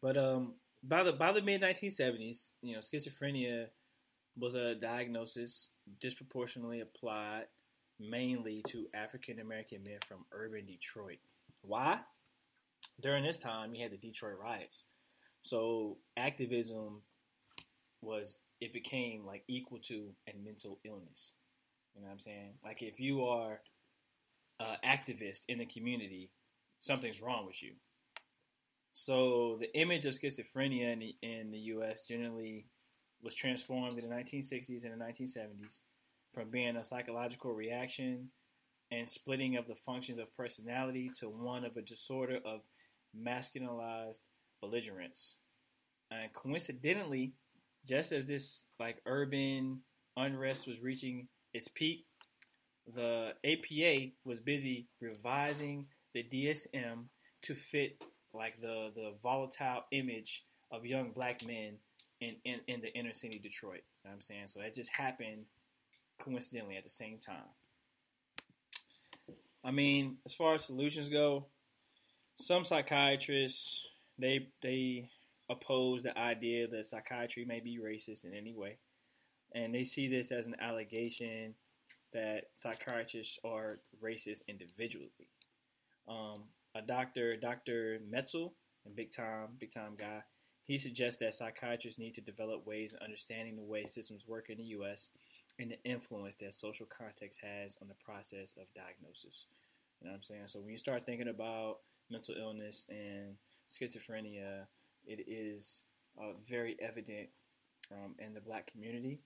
But um, by the by the mid 1970s, you know, schizophrenia was a diagnosis disproportionately applied mainly to African American men from urban Detroit. Why? During this time, you had the Detroit riots, so activism was it became like equal to a mental illness. You know what I'm saying? Like if you are an activist in the community, something's wrong with you. So the image of schizophrenia in the, in the U.S. generally was transformed in the 1960s and the 1970s from being a psychological reaction and splitting of the functions of personality to one of a disorder of masculinized belligerence. And coincidentally, just as this like urban unrest was reaching its peak, the APA was busy revising the DSM to fit like the the volatile image of young black men in in, in the inner city Detroit. You know what I'm saying so that just happened coincidentally at the same time. I mean, as far as solutions go, some psychiatrists they they oppose the idea that psychiatry may be racist in any way, and they see this as an allegation that psychiatrists are racist individually um, a doctor, Dr. Metzel, a big time, big time guy, he suggests that psychiatrists need to develop ways of understanding the way systems work in the U.S. and the influence that social context has on the process of diagnosis. You know what I'm saying? So when you start thinking about mental illness and schizophrenia, it is uh, very evident um, in the black community.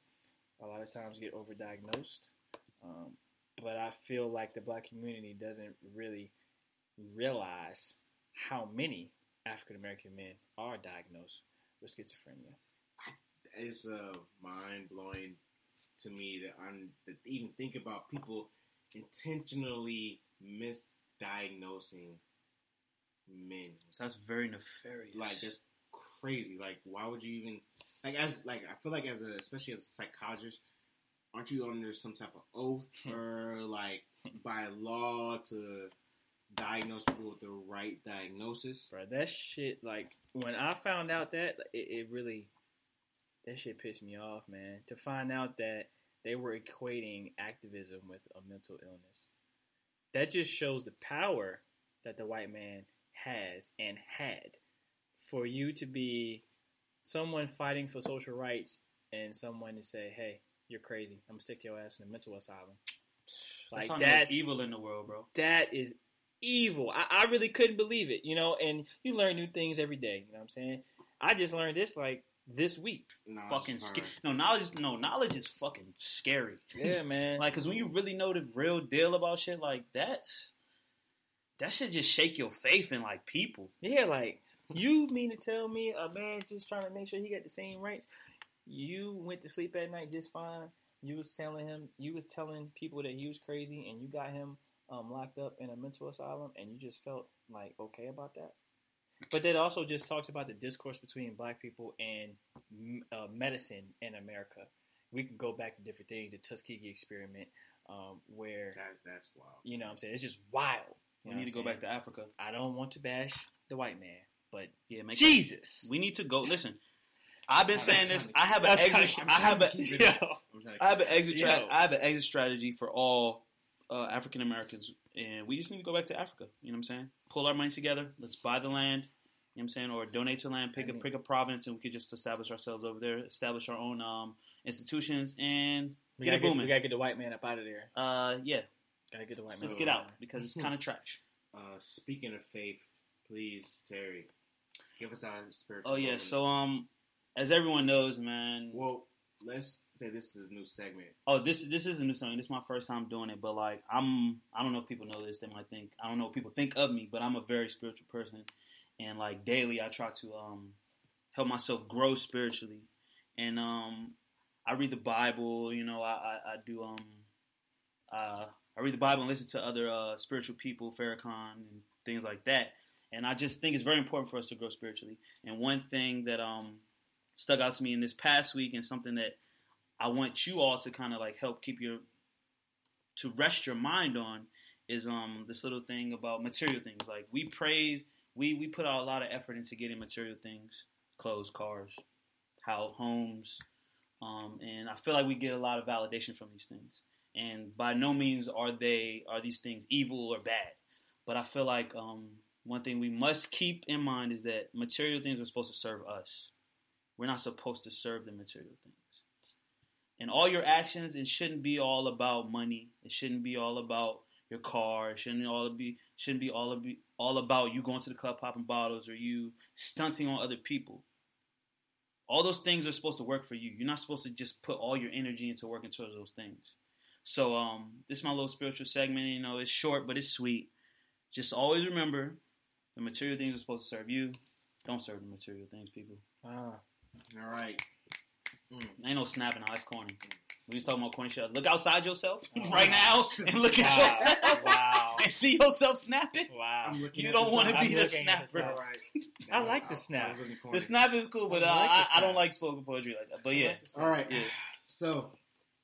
A lot of times get overdiagnosed. Um, but I feel like the black community doesn't really realize how many African American men are diagnosed with schizophrenia.
It's a mind blowing to me that I'm that even think about people intentionally misdiagnosing men.
That's very nefarious.
Like that's crazy. Like why would you even like as like I feel like as a especially as a psychologist, aren't you under some type of oath or like by law to diagnose people with the right diagnosis?
bro. That shit, like when I found out that, like, it, it really that shit pissed me off, man. To find out that they were equating activism with a mental illness, that just shows the power that the white man has and had for you to be someone fighting for social rights and someone to say, "Hey, you're crazy. I'm gonna stick your ass in a mental asylum."
That's how
that's-
that's evil in the world, bro.
that is evil. I, I really couldn't believe it, you know, and you learn new things every day, you know what I'm saying? I just learned this like this week.
Nah,
Fucking
it's fine.
sca- no knowledge. No knowledge is fucking scary.
Yeah, man.
Like, cause when you really know the real deal about shit like that, that should just shake your faith in like people.
yeah, like you mean to tell me a man's just trying to make sure he got the same rights? You went to sleep at night just fine. You was telling him, you was telling people that he was crazy, and you got him um, locked up in a mental asylum, and you just felt like okay about that. But that also just talks about the discourse between black people and m- uh, medicine in America. We can go back to different things, the Tuskegee experiment, um, where
That, that's wild.
you know what I'm saying it's just wild.
We
You know
need to
what
go
I'm
back
saying?
to Africa.
I don't want to bash the white man, but
Yeah, make
Jesus,
We need to go. Listen, I've been saying this. I have an
That's kinda-
exit. I have a.
Yo.
I'm trying to-
I have an exit. Tra-
Yo.
I have an exit strategy for all uh, African Americans, and we just need to go back to Africa. You know what I'm saying? Pull our money together. Let's buy the land. You know what I'm saying, or donate to land, pick
I
a
mean-
pick a province, and we could just establish ourselves over there, establish our own um, institutions, and
We
get
gotta
it booming.
we gotta get the white man up out of there.
uh, yeah,
Gotta get the white man.
let's
So-
get out because it's kind of trash.
Uh, speaking of faith, please, Terry, give us our spiritual.
Oh yeah,
moment.
so um, as everyone knows, man,
well, let's say this is a new segment.
Oh, this this is a new song. This is my first time doing it, but like I'm I don't know if people know this. They might think I don't know if people think of me, but I'm a very spiritual person, and like daily I try to um help myself grow spiritually, and um I read the Bible. You know, I I, I do um uh I read the Bible and listen to other uh, spiritual people, Farrakhan and things like that. And I just think it's very important for us to grow spiritually. And one thing that um stuck out to me in this past week, and something that I want you all to kind of like help keep your to rest your mind on is um this little thing about material things. Like we praise, we we put out a lot of effort into getting material things, clothes, cars, how homes, um, and I feel like we get a lot of validation from these things. And by no means are they are these things evil or bad, but I feel like um, one thing we must keep in mind is that material things are supposed to serve us. We're not supposed to serve the material things and all your actions it shouldn't be all about money it shouldn't be all about your car it shouldn't all be shouldn't be all be all about you going to the club popping bottles or you stunting on other people all those things are supposed to work for you you're not supposed to just put all your energy into working towards those things so um this is my little spiritual segment you know it's short but it's sweet just always remember the material things are supposed to serve you don't serve the material things people
Ah,
All right,
Ain't no snapping. Now that's corny. We was talking about corny shit. Look outside yourself right now and look at yourself
wow, Oh. wow,
and see yourself snapping.
wow.
looking.
You
at
don't
the
want
time.
to
I'm
be the
looking at the
snapper.
time.
right.
I like the snap.
I was looking corny.
The snap is cool, but uh,
I like the
I, I
snap.
don't like spoken poetry like that. But yeah,
All right.
Yeah.
So,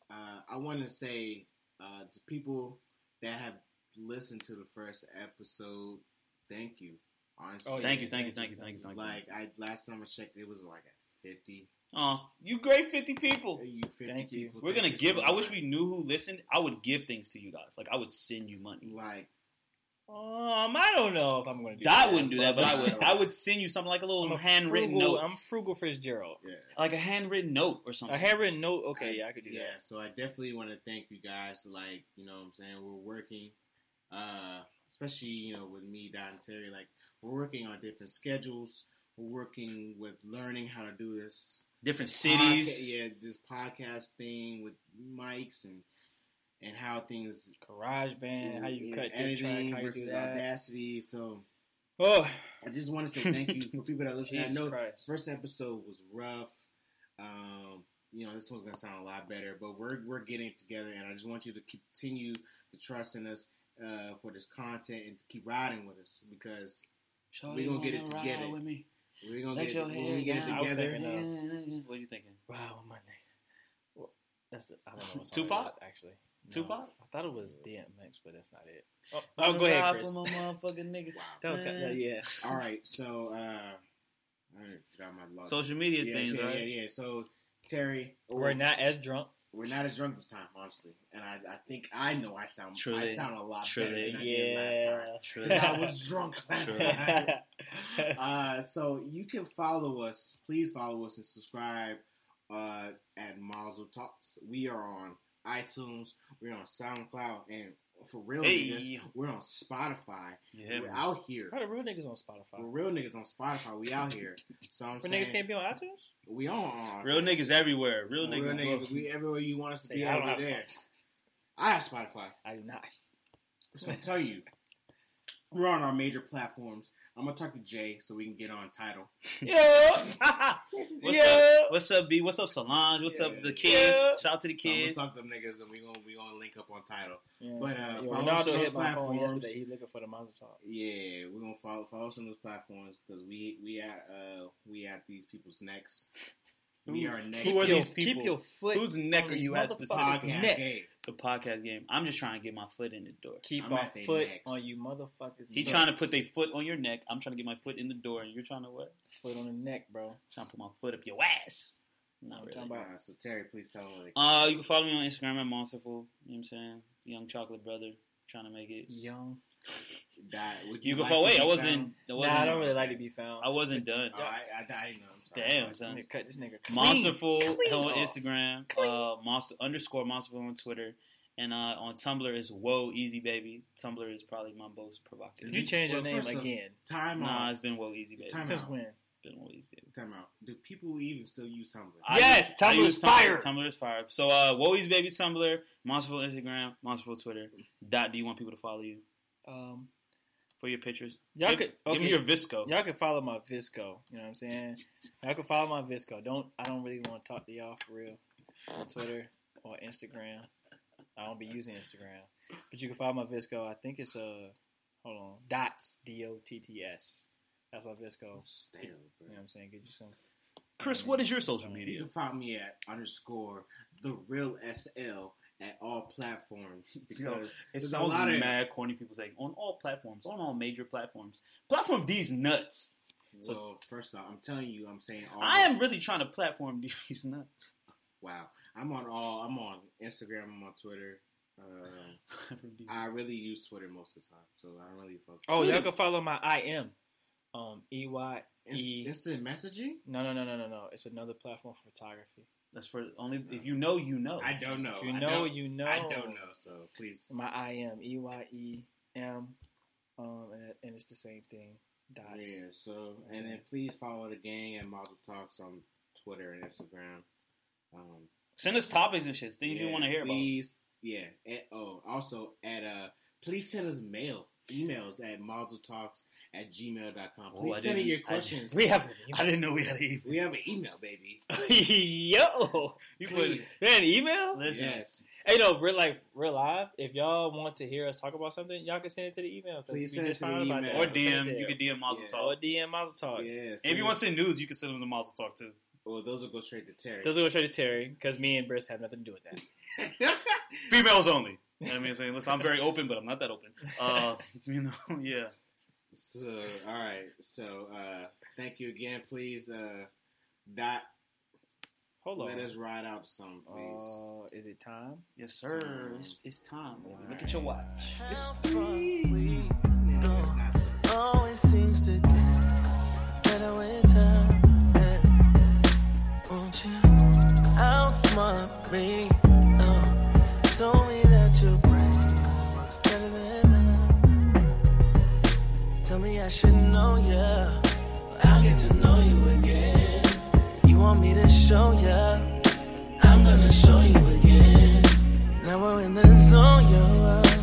uh, I want to say uh, to people that have listened to the first episode, thank you. Honestly,
Oh, yeah.
thank you, thank you, thank you, thank you, thank you.
Like I last time I checked, it was like at fifty.
oh, you great fifty people.
You 50
Thank you.
people.
We're
Thank
gonna
you so
give. I wish
much.
we knew who listened. I would give things to you guys. Like I would send you money.
like
Um, I don't know if I'm gonna do.
I wouldn't do that, but I would.
but-
I would send you something like a
I'm
little
a
handwritten
frugal-
note,
I'm frugal Fitzgerald.
yeah.
like a handwritten note or
A
something.
handwritten note. Okay, yeah, I could do
yeah,
that.
so I definitely want to thank you guys. Like, you know what I'm saying? We're working, uh, especially, you know, with me, Don Terry, like, we're working on different schedules. We're working with learning how to do this.
Different
podca-
cities.
yeah, this podcast thing with mics and and how things.
Garage band. How you
yeah,
cut this track? How you
versus
do that?
Audacity. So
Oh,
I just want to say thank you for people that listen. I
Jesus
know
Christ.
first episode was rough. Um, you know, this one's gonna sound a lot better. But we're we're getting it together, and I just want you to continue to trust in us uh, for this content and to keep riding with us because
Shorty
gonna get it
wanna ride
together.
With me.
we're gonna
Let
get
your
it,
head
when we get it
down. I was
together.
thinking-
What are you thinking?
Wow, my name. Well, that's I don't know. What song
Tupac?
It is, actually, No.
Tupac?
I thought it was DMX, but that's not it. Oh, oh, go ahead,
Ride
Chris.
for my motherfucking nigga.
That was kind of, yeah.
All right, so uh, I forgot my log.
Social media
yeah,
things,
yeah,
right?
Yeah, yeah. So Terry,
We're not as drunk.
We're not as drunk this time, honestly, and I, I think I know I sound I
Truly.
sound a lot better
Truly.
than I did last time.
True.
'Cause I was drunk last
Truly.
night. uh, so you can follow us. Please follow us and subscribe uh, at Mazel Talks. We are on iTunes. We're on SoundCloud, and for real
Hey.
niggas, we're on Spotify.
Yeah,
we're
man.
out here.
How the real niggas on
We're
Spotify?
real niggas on Spotify. We out here. So I'm
Real
saying
niggas can't be on iTunes.
we on, on
Real
iTunes.
niggas everywhere. Real
Real
niggas.
niggas.
both.
We everywhere you want us to
Say,
be.
I
I
don't have
there.
Spotify.
I have Spotify.
I do not.
So I tell you, we're on our major platforms. I'm gonna talk to Jay so we can get on title.
Yeah.
What's
Yeah.
up? What's up, B? What's up, Solange? What's
Yeah.
up, the kids?
Yeah.
Shout out to the
So I'm gonna
kids.
talk to them niggas and we gonna we gonna link up on title.
Yeah,
But,
so,
uh,
yo,
follow us on
Ronaldo
those
hit my phone
platforms.
yesterday. He looking for the Mazel Talk.
Yeah, we're gonna follow follow us on those platforms because we we at uh we at these people's necks. We
Who-
are next.
who are
Yo,
these people?
Keep your foot.
Whose neck
on
are
these
you at
motherfuckers'
specifically?
neck.
Hey,
The podcast game. I'm just trying to get my foot in the door.
Keep
I'm
our
at they
foot
necks.
on you motherfuckers.
He
So-
trying to put their foot on your neck. I'm trying to get my foot in the door, and you're trying to what?
foot on the neck, bro.
Trying to put my foot up your ass. Not
I'm
really.
talking about-
uh, so Terry, please tell me.
Uh, you can follow me on Instagram at Monsterful. You know what I'm saying? Young chocolate brother, trying to make it.
Young.
that, would
You can
like
follow.
to
Wait,
be
I wasn't.
found?
I
Nah, I
wasn't.
don't really like to be found.
I wasn't done.
Oh, I, I, I didn't know. I'm sorry.
Damn,
I'm gonna
son.
cut this nigga. Clean.
Monsterful
Clean
on
off.
Instagram. Uh, monster underscore monsterful on Twitter, and uh, on Tumblr is Whoa Easy Baby. Tumblr is probably my most provocative.
You change your
Well,
name
first of-
again.
Time
Nah,
out.
it's been Whoa Easy Baby.
Time
It's
Since
out.
when?
been Whoa Easy Baby.
Time out. Do people even still use Tumblr?
I
Yes,
I
Tumblr
use
is fire.
Tumblr is fire. So, uh, Whoa Easy Baby Tumblr, Monsterful Instagram, Monsterful Twitter. Dot. Do you want people to follow you
Um,
for your pictures?
Y'all
give,
could-
give me
okay.
your Visco.
y'all can follow my Visco. You know what I'm saying? y'all can follow my Visco. Don't I don't really want to talk to y'all for real on Twitter or Instagram. I don't be using Instagram, but you can follow my Visco. I think it's uh, hold on, dots d o t t s. That's my Visco.
Stale, bro.
You know what I'm saying? Get you some.
Chris, what is your social
You
media?
can find me at underscore the real SL at all platforms because
It
there's
sounds mad corny people saying on all platforms, on all major platforms. Platform D's nuts.
Of, well, first off, I'm telling you, I'm saying all.
I am really trying to platform D's nuts.
wow. I'm on all. I'm on Instagram. I'm on Twitter. Um, I really use Twitter most of the time, so I don't really fuck.
Oh,
Twitter.
y'all can follow my I M, um, E Y
Inst-
E.
instant messaging?
No, no, no, no, no, no. It's another platform for photography.
That's for only if you know, you know.
I don't know.
If you
Oh, I
know,
don't,
you know.
I don't know. So please,
My I am E Y E M, um, and, and it's the same thing. Dots.
yeah. So and then please follow the gang at Model Talks on Twitter and Instagram. Um,
Send us topics and shit, things you want to hear about.
please, Yeah. At, oh, also at uh, please send us mail emails at modeltalks at gmail.com.
Oh,
Please
I
send in
didn't-
your
I
questions.
We have
I didn't know we had a.
we have an email, baby.
yo
You
Please.
man email.
Listen,
Yes.
Hey, no, real like real live. If y'all want to hear us talk about something, y'all can send it to the email. 'cause
Please
we
send it
just
to the
found out about
email.
that,
or
so send it
DM. You
there.
could DM Mazel
Yeah.
or
Talk.
DM Mazel Talks.
Yeah,
And if you want
send-
to send nudes, you can send them to Mazel Talk too.
well, those will go straight to Terry.
Doesn't go straight to Terry because me and Briss have nothing to do with that.
Females only. You know what I mean, I'm saying, listen, I'm very open, but I'm not that open. Uh, you know, yeah.
so, all right. So, uh, thank you again. Please, uh, dot.
Hold on.
Let us ride out to something, please.
Uh, is it time?
Yes, sir. It's, it's time. baby. Look at your watch.
How far we
No, it's not.
always seems to get better with time. And won't you outsmart me? Oh, you told me that your brain works better than mine. Tell me I should know ya. I'll get to know you again. You want me to show ya? I'm gonna show you again. Now we're in the zone, yo.